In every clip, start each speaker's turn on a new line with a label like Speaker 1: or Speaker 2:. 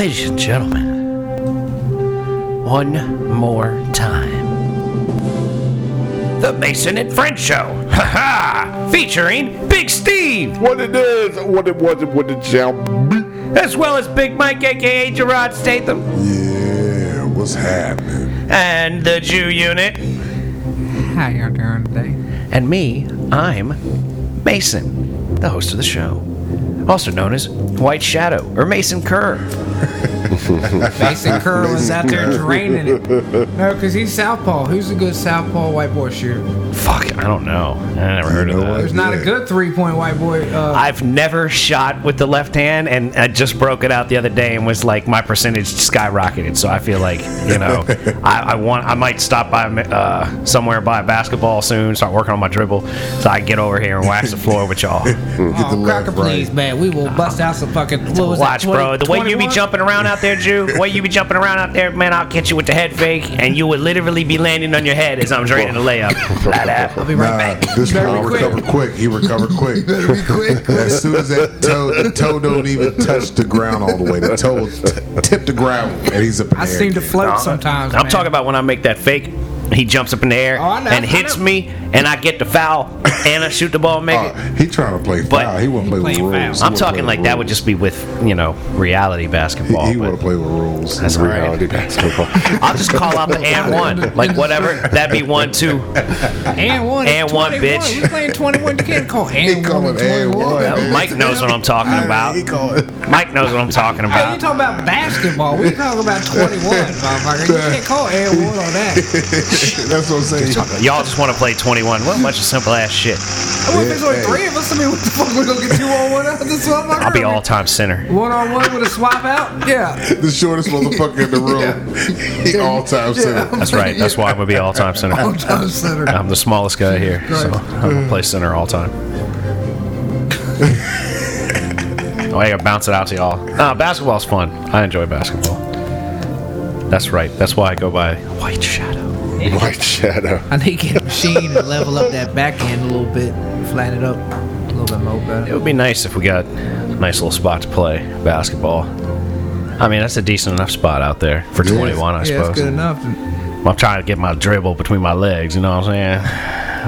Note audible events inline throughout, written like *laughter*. Speaker 1: Ladies and gentlemen, one more time. The Mason and French Show! Ha ha! Featuring Big Steve!
Speaker 2: What it is, what it was, and what it shall be.
Speaker 1: As well as Big Mike, aka Gerard Statham,
Speaker 3: Yeah, what's happening?
Speaker 1: and the Jew Unit,
Speaker 4: How y'all doing today?
Speaker 1: and me, I'm Mason, the host of the show. Also known as White Shadow or Mason Kerr.
Speaker 4: Mason Kerr was out
Speaker 3: *laughs*
Speaker 4: there draining it. No, because he's Southpaw. Who's a good Southpaw white boy shooter?
Speaker 1: Fuck, I don't know. I never heard
Speaker 3: You
Speaker 1: of
Speaker 3: know
Speaker 1: that.
Speaker 3: what?
Speaker 4: There's not a
Speaker 3: Yeah.
Speaker 4: good three point white boy. Uh,
Speaker 1: I've never shot with the left hand, and I just broke it out the other day and was like, my percentage skyrocketed. So I feel like, you know, I, I want, I might stop by uh, somewhere buy a basketball soon, start working on my dribble, so I can get over here and wax the floor with y'all.
Speaker 3: Get the
Speaker 4: oh,
Speaker 3: left,
Speaker 4: cracker, please,
Speaker 3: right.
Speaker 4: man. We will bust out some fucking. What was
Speaker 1: Watch,
Speaker 4: that,
Speaker 1: bro.
Speaker 4: 20
Speaker 1: The way you be
Speaker 4: 21?
Speaker 1: jumping around out there, Jew. The way you be jumping around out there, man, I'll catch you with the head fake, and you would literally be landing on your head as I'm draining the layup. Like that.
Speaker 4: I'll be right
Speaker 3: Nah,
Speaker 4: back.
Speaker 3: this
Speaker 4: Better
Speaker 3: one
Speaker 4: be quick.
Speaker 3: recovered quick. He recovered quick.
Speaker 5: Better be quick.
Speaker 3: *laughs* As soon as that toe, the toe don't even touch the ground all the way. The toe will t- tip the ground, and he's up in
Speaker 4: I
Speaker 3: the air
Speaker 4: seem to
Speaker 3: again.
Speaker 4: float sometimes.
Speaker 1: I'm
Speaker 4: man.
Speaker 1: talking about when I make that fake. He jumps up in the air
Speaker 4: Oh, I know,
Speaker 1: and
Speaker 4: I
Speaker 1: hits
Speaker 4: know. Oh,
Speaker 1: me, and I get the foul, *coughs* and I shoot the ball, and make
Speaker 3: Uh,
Speaker 1: it.
Speaker 3: he trying to play
Speaker 1: But-
Speaker 3: foul. He want to play with
Speaker 4: He
Speaker 3: rules.
Speaker 4: playing foul.
Speaker 3: He
Speaker 1: I'm
Speaker 3: wanna
Speaker 1: talking
Speaker 3: play
Speaker 1: like
Speaker 3: with
Speaker 1: that
Speaker 3: rules.
Speaker 1: would just be with you know reality basketball.
Speaker 3: He, he want
Speaker 1: but
Speaker 3: to play with rules.
Speaker 1: that's all right.
Speaker 2: Reality basketball.
Speaker 1: I'll just call
Speaker 4: *laughs*
Speaker 1: out the and one, like whatever. That'd be one, two.
Speaker 4: And one.
Speaker 1: And
Speaker 4: it's
Speaker 1: one,
Speaker 4: 21.
Speaker 1: bitch.
Speaker 4: We playing 21. You can't call and
Speaker 3: *laughs* He
Speaker 4: one.
Speaker 3: call it and
Speaker 4: 21.
Speaker 3: one.
Speaker 4: Hey,
Speaker 1: Mike knows what *laughs* I'm
Speaker 4: *laughs*
Speaker 1: talking about.
Speaker 3: He call it. *laughs*
Speaker 1: Mike knows what I'm talking
Speaker 4: you
Speaker 1: about.
Speaker 4: talking about basketball. We talking about 21,
Speaker 3: *laughs*
Speaker 4: motherfucker. You can't call and one on that.
Speaker 3: That's what I'm saying.
Speaker 1: Y'all just want to play 21. What a bunch of simple ass shit.
Speaker 4: What if there's only
Speaker 3: hey.
Speaker 4: three of us? I mean, what the fuck? We're going to get two on one out of this motherfucker?
Speaker 1: I'll be all time center.
Speaker 4: One on one with a swap out?
Speaker 3: *laughs*
Speaker 4: Yeah.
Speaker 3: The shortest motherfucker in the room. He all time center.
Speaker 1: That's right. That's why I'm gonna be all time
Speaker 4: *laughs*
Speaker 1: center.
Speaker 4: All time Oh, center.
Speaker 1: I'm the smallest guy here, so
Speaker 4: Christ.
Speaker 1: I'm gonna play center all
Speaker 3: *laughs*
Speaker 1: time. oh, I gotta bounce it out to y'all. Nah, basketball's fun. I enjoy basketball. That's right. That's why I go by White Shadow.
Speaker 2: White Shadow.
Speaker 4: I need to get a machine and level up that back end a little bit, flatten it up a little bit more.
Speaker 1: It
Speaker 4: Better.
Speaker 1: would be nice if we got a nice little spot to play basketball. I mean, that's a decent enough spot out there for 21, I
Speaker 4: Yeah, it's good
Speaker 1: suppose.
Speaker 4: enough.
Speaker 1: I'm trying to get my dribble between my legs. You know what I'm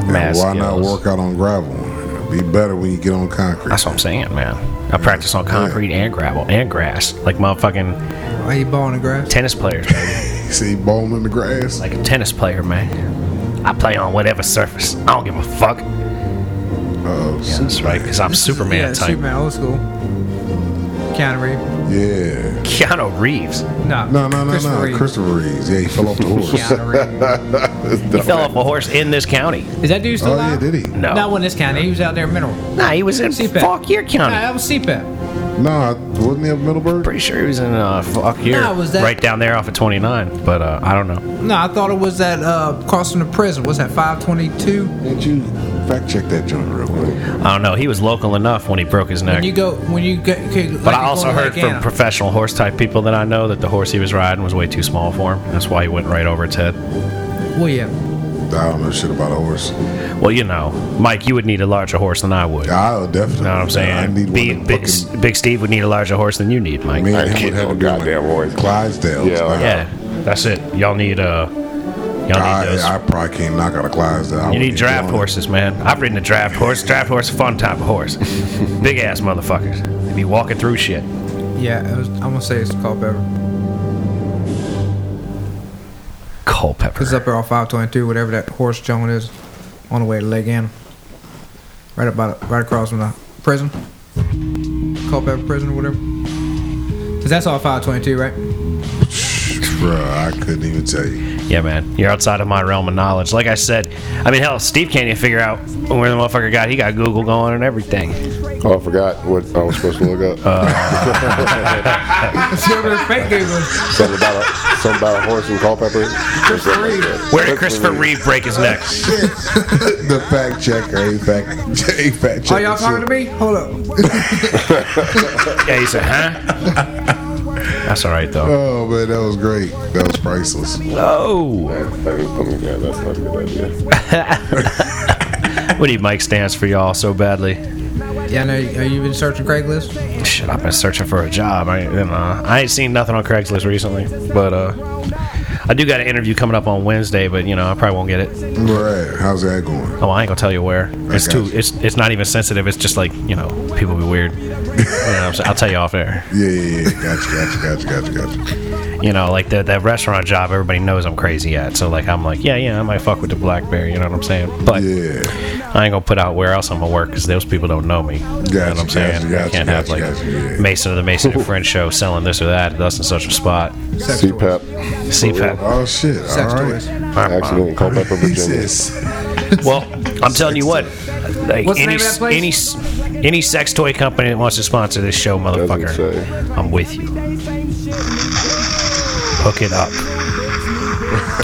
Speaker 1: saying? Mad
Speaker 3: Why not
Speaker 1: skills.
Speaker 3: work out on gravel? It'll Be better when you get on concrete.
Speaker 1: That's what I'm saying, man. I practice on concrete and gravel and grass, like motherfucking
Speaker 4: Are you balling the grass?
Speaker 1: tennis players. baby.
Speaker 3: See, bone in the grass.
Speaker 1: like a tennis player, man. I play on whatever surface. I don't give a fuck.
Speaker 3: Oh,
Speaker 1: That's right, because I'm Superman
Speaker 4: yeah,
Speaker 1: type.
Speaker 4: Superman, old school. Keanu Reeves.
Speaker 3: yeah.
Speaker 1: Keanu Reeves.
Speaker 4: No,
Speaker 3: No, no, no,
Speaker 4: Christopher
Speaker 3: no.
Speaker 4: Reeve.
Speaker 3: Christopher Reeves. Yeah, he
Speaker 4: *laughs*
Speaker 3: fell off the horse.
Speaker 4: Keanu Reeves.
Speaker 1: He fell off a horse in this county.
Speaker 4: Is that dude still
Speaker 3: Oh, yeah,
Speaker 4: alive?
Speaker 3: did he?
Speaker 1: No.
Speaker 4: Not when this county. He was out there in Mineral. Nah,
Speaker 1: Nah, he was in
Speaker 4: CPAC.
Speaker 1: fuck your county.
Speaker 4: that was CPAP.
Speaker 3: No, I- wasn't he up Middleburg?
Speaker 1: Pretty sure he was in uh, fuck your
Speaker 4: Nah, was that-
Speaker 1: right down there off of 29. But uh, I don't know.
Speaker 4: No, I thought it was that uh, across from the prison. Was that 522?
Speaker 3: Didn't you fact check that joint real quick?
Speaker 1: I don't know. He was local enough when he broke his neck.
Speaker 4: When you go, when you get, okay,
Speaker 1: but I also heard from professional horse type people that I know that the horse he was riding was way too small for him. That's why he went right over its head.
Speaker 4: well, yeah,
Speaker 3: I don't know shit about a horse.
Speaker 1: Well, you know, Mike, you would need a larger horse than I would.
Speaker 3: I'll definitely.
Speaker 1: You know what I'm saying?
Speaker 3: I need
Speaker 1: Big-
Speaker 3: one.
Speaker 1: Big,
Speaker 3: Big, fucking,
Speaker 1: Big Steve would need a larger horse than you need, Mike.
Speaker 3: me
Speaker 2: I
Speaker 3: and him
Speaker 2: can't
Speaker 3: would have
Speaker 2: no
Speaker 3: to be like
Speaker 2: goddamn horse.
Speaker 3: Clydesdales.
Speaker 2: Yeah.
Speaker 3: Like,
Speaker 1: yeah, that's it. Y'all need uh, y'all need those.
Speaker 3: I, I probably can't knock out a Clydesdale. I
Speaker 1: you
Speaker 3: wouldn't
Speaker 1: need
Speaker 3: be
Speaker 1: draft
Speaker 3: doing it.
Speaker 1: horses, man. I've ridden a draft horse. Draft horse, is a fun type of horse. Big ass motherfuckers. They be walking through shit.
Speaker 4: yeah. It was, I'm gonna say it's Culpepper.
Speaker 1: Culpepper.
Speaker 4: It's up there on 522, whatever that horse joint is, on the way to Lake Anna. Right up by the, right across from the prison, Culpepper Prison or whatever. Cause that's all 522, right?
Speaker 3: *laughs* Bruh, I couldn't even tell you.
Speaker 1: Yeah, man. You're outside of my realm of knowledge. Like I said, I mean, hell, Steve can't even figure out where the motherfucker got. He got Google going and
Speaker 3: *laughs*
Speaker 1: everything.
Speaker 2: Oh, I forgot what I was supposed to look up.
Speaker 1: Uh.
Speaker 4: That's where the fake dude was.
Speaker 2: *laughs* something, about a, something about a horse and Culpepper. Christopher
Speaker 1: Where did Christopher Reeve break his neck?
Speaker 3: the fact checker ain't fact, check- ain't fact checker.
Speaker 4: Are y'all talking to me? Hold up.
Speaker 1: Yeah, he said,
Speaker 3: *laughs*
Speaker 1: huh? That's all right though.
Speaker 3: Oh man, that was great. That was priceless.
Speaker 1: Oh.
Speaker 2: Yeah, that's not a good idea.
Speaker 1: What do you, Mike stands for y'all so badly?
Speaker 4: Yeah, I know. Are you been searching Craigslist?
Speaker 1: Shit, I've been searching for a job. I, and, uh, I ain't seen nothing on Craigslist recently, but uh, I do got an interview coming up on Wednesday. But you know, I probably won't get it.
Speaker 3: Right. How's that going?
Speaker 1: Oh, I ain't gonna tell you where. It's
Speaker 3: got
Speaker 1: too.
Speaker 3: you.
Speaker 1: It's it's not even sensitive. It's just like you know, people be weird. You know what I'm saying? I'll tell you off air.
Speaker 3: Yeah, yeah, yeah. Gotcha, gotcha, gotcha, gotcha, gotcha.
Speaker 1: You know, like that that restaurant job. Everybody knows I'm crazy at. So like, I'm like, yeah, yeah, I might fuck with the blackberry. You know what I'm saying? But
Speaker 3: Yeah.
Speaker 1: I ain't gonna put out where else I'm gonna work because those people don't know me. you know what I'm
Speaker 3: Gotcha,
Speaker 1: saying?
Speaker 3: gotcha,
Speaker 1: I can't have
Speaker 3: gotcha,
Speaker 1: like
Speaker 3: gotcha, yeah.
Speaker 1: Mason of the Mason
Speaker 3: *laughs*
Speaker 1: and Friend show selling this or that. That's in such a spot.
Speaker 2: CPAP.
Speaker 1: CPAP.
Speaker 3: Oh shit. All
Speaker 4: Sex toys.
Speaker 3: right.
Speaker 2: Accident in Culpeper,
Speaker 3: He
Speaker 2: Virginia.
Speaker 3: says,
Speaker 1: Well, I'm telling you what. Like
Speaker 4: What's the
Speaker 1: any
Speaker 4: name of that place?
Speaker 1: any s- any sex toy company that wants to sponsor this show, motherfucker,
Speaker 2: say.
Speaker 1: I'm with you. Hook it up.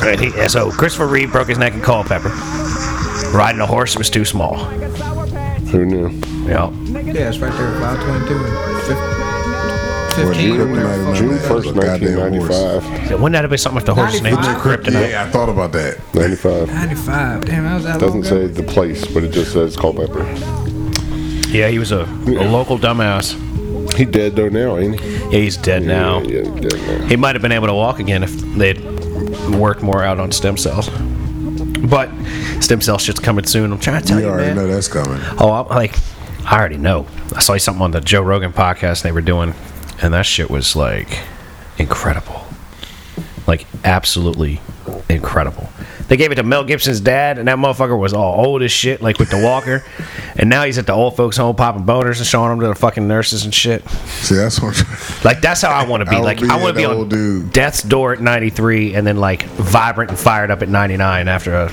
Speaker 1: And he- and so Christopher Reeve broke his neck in Culpeper. Riding a horse was too small.
Speaker 2: Who knew?
Speaker 1: Yeah.
Speaker 4: Yeah, it's right there. 522 and fif- 15 or
Speaker 3: June
Speaker 4: whatever. the fuck
Speaker 3: June
Speaker 4: it
Speaker 2: June
Speaker 4: is.
Speaker 3: That was a
Speaker 2: first,
Speaker 3: goddamn
Speaker 2: nineteen ninety-five.
Speaker 1: Wouldn't that have been something if the horse's name was
Speaker 4: 95?
Speaker 1: Kryptonite?
Speaker 3: yeah, I thought about that.
Speaker 2: Ninety-five.
Speaker 4: 95. Damn, that was that long
Speaker 2: Doesn't
Speaker 4: ago.
Speaker 2: say the place, but it just says Culpeper.
Speaker 1: Yeah, he was a, a local dumbass.
Speaker 2: He dead though now, ain't he?
Speaker 1: Yeah, he's dead now.
Speaker 2: Yeah, yeah, he dead now.
Speaker 1: He might have been able to walk again if they'd worked more out on stem cells. But stem cell shit's coming soon. I'm trying to tell
Speaker 3: You
Speaker 1: you,
Speaker 3: already
Speaker 1: man.
Speaker 3: know that's coming.
Speaker 1: Oh, I'm like, I already know. I saw something on the Joe Rogan podcast they were doing, and that shit was like incredible. Like, absolutely incredible. They gave it to Mel Gibson's dad, and that motherfucker was all old as shit, like with the walker. *laughs* and now he's at the old folks' home popping boners and showing them to the fucking nurses and shit.
Speaker 3: See, that's what.
Speaker 1: Like that's how I want to be.
Speaker 3: I would
Speaker 1: like
Speaker 3: be
Speaker 1: I want
Speaker 3: an
Speaker 1: to be on
Speaker 3: old dude.
Speaker 1: death's door at 93, and then like vibrant and fired up at 99 after a,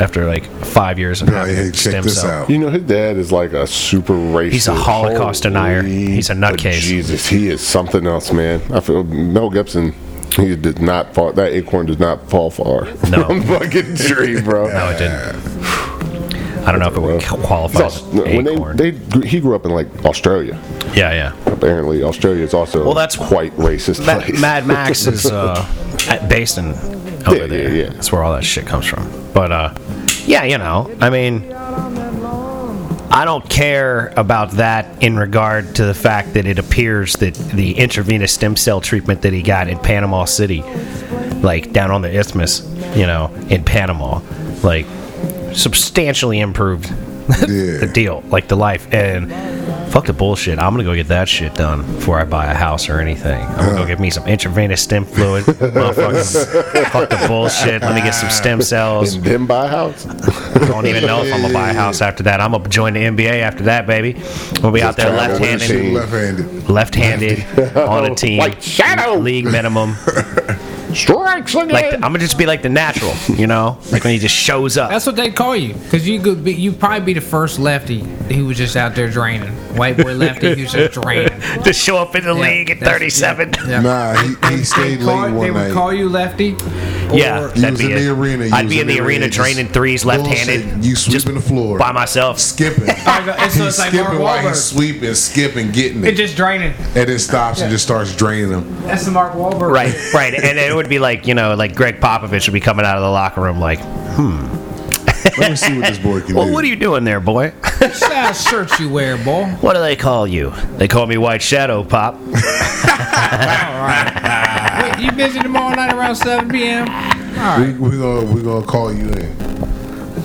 Speaker 1: after like five years of
Speaker 3: Like,
Speaker 1: having
Speaker 3: hey, *laughs* check
Speaker 1: stem
Speaker 3: this
Speaker 1: cell.
Speaker 3: out.
Speaker 2: You know, his dad is like a super racist.
Speaker 1: He's a Holocaust denier.
Speaker 2: Holy
Speaker 1: He's a nutcase.
Speaker 2: Jesus, he is something else, man. I feel Mel Gibson. He did not fall. That acorn did not fall far *laughs*
Speaker 1: No.
Speaker 2: from fucking tree, bro.
Speaker 1: No, it didn't. I don't know if it would
Speaker 2: Well,
Speaker 1: qualify as
Speaker 2: No, when
Speaker 1: acorn.
Speaker 2: they, they he grew up in like Australia.
Speaker 1: yeah, yeah.
Speaker 2: Apparently, Australia is also
Speaker 1: Well, that's-
Speaker 2: quite racist.
Speaker 1: Ma-
Speaker 2: place.
Speaker 1: Mad
Speaker 2: *laughs*
Speaker 1: Max is uh, at- based in over
Speaker 2: Yeah,
Speaker 1: there.
Speaker 2: yeah, yeah.
Speaker 1: That's where all that shit comes from. But uh, yeah, you know, I mean, I don't care about that in regard to the fact that it appears that the intravenous stem cell treatment that he got in Panama City, like down on the isthmus, you know, in Panama, like substantially improved the
Speaker 3: Yeah.
Speaker 1: deal, like the life, and fuck the bullshit. I'm gonna go get that shit done before I buy a house or anything. I'm gonna
Speaker 2: Uh-huh.
Speaker 1: go get me some intravenous stem
Speaker 2: *laughs*
Speaker 1: fluid. Motherfuckers, fuck the bullshit. Let me get some stem cells.
Speaker 2: And then buy a house.
Speaker 1: Don't even know if I'm gonna buy a house after that. I'm gonna join the NBA after that, baby. We'll be out there
Speaker 2: travel with the
Speaker 1: left-handed,
Speaker 2: team. *laughs*
Speaker 3: Left-handed.
Speaker 1: left-handed on a team,
Speaker 2: Like shadow.
Speaker 1: league minimum.
Speaker 2: Strikes again.
Speaker 1: Like the, I'm gonna just be like the natural, you know, like when he just shows up.
Speaker 4: That's what they call you, because you could be, you probably be the first lefty who was just out there draining, white boy lefty who's just draining.
Speaker 1: Just show up in the
Speaker 4: Yeah,
Speaker 1: *laughs* league at
Speaker 4: that's-
Speaker 1: 37.
Speaker 4: yeah, yeah.
Speaker 3: Nah, he, he
Speaker 4: They,
Speaker 3: stayed
Speaker 4: call,
Speaker 3: late
Speaker 4: they
Speaker 3: one
Speaker 4: would
Speaker 3: night.
Speaker 4: call you lefty.
Speaker 1: Yeah,
Speaker 4: or-
Speaker 3: You
Speaker 1: that'd
Speaker 3: was
Speaker 1: be
Speaker 3: in
Speaker 1: it.
Speaker 3: the arena, you
Speaker 1: I'd
Speaker 3: was
Speaker 1: be in
Speaker 3: in
Speaker 1: the
Speaker 3: the
Speaker 1: arena
Speaker 3: arena, just
Speaker 1: draining threes left handed.
Speaker 3: bullshit. You sweeping the floor.
Speaker 1: by myself.
Speaker 2: *laughs*
Speaker 4: *laughs*
Speaker 3: Skipping.
Speaker 4: so it's
Speaker 3: he's
Speaker 4: like
Speaker 3: skipping
Speaker 4: Mark
Speaker 3: while
Speaker 4: Wahlberg.
Speaker 3: he's sweeping, skipping, getting
Speaker 4: It
Speaker 3: it,
Speaker 4: just draining.
Speaker 3: and it stops and just starts draining them.
Speaker 4: That's the Mark Wahlberg.
Speaker 1: Right,
Speaker 4: *laughs*
Speaker 1: right, and it would be like you know, like Greg Popovich would be coming out of the locker room like,
Speaker 3: Let me see what this boy can
Speaker 1: *laughs* "Well,
Speaker 3: do.
Speaker 1: what are you doing there, boy? *laughs*
Speaker 4: What size shirt you wear, boy?
Speaker 1: What do they call you? They call me White Shadow
Speaker 2: *laughs*
Speaker 1: Pop.
Speaker 4: All right. Wait, you busy tomorrow night around 7 p.m.? All right.
Speaker 3: We're gonna we gonna call
Speaker 1: *laughs*
Speaker 3: you in.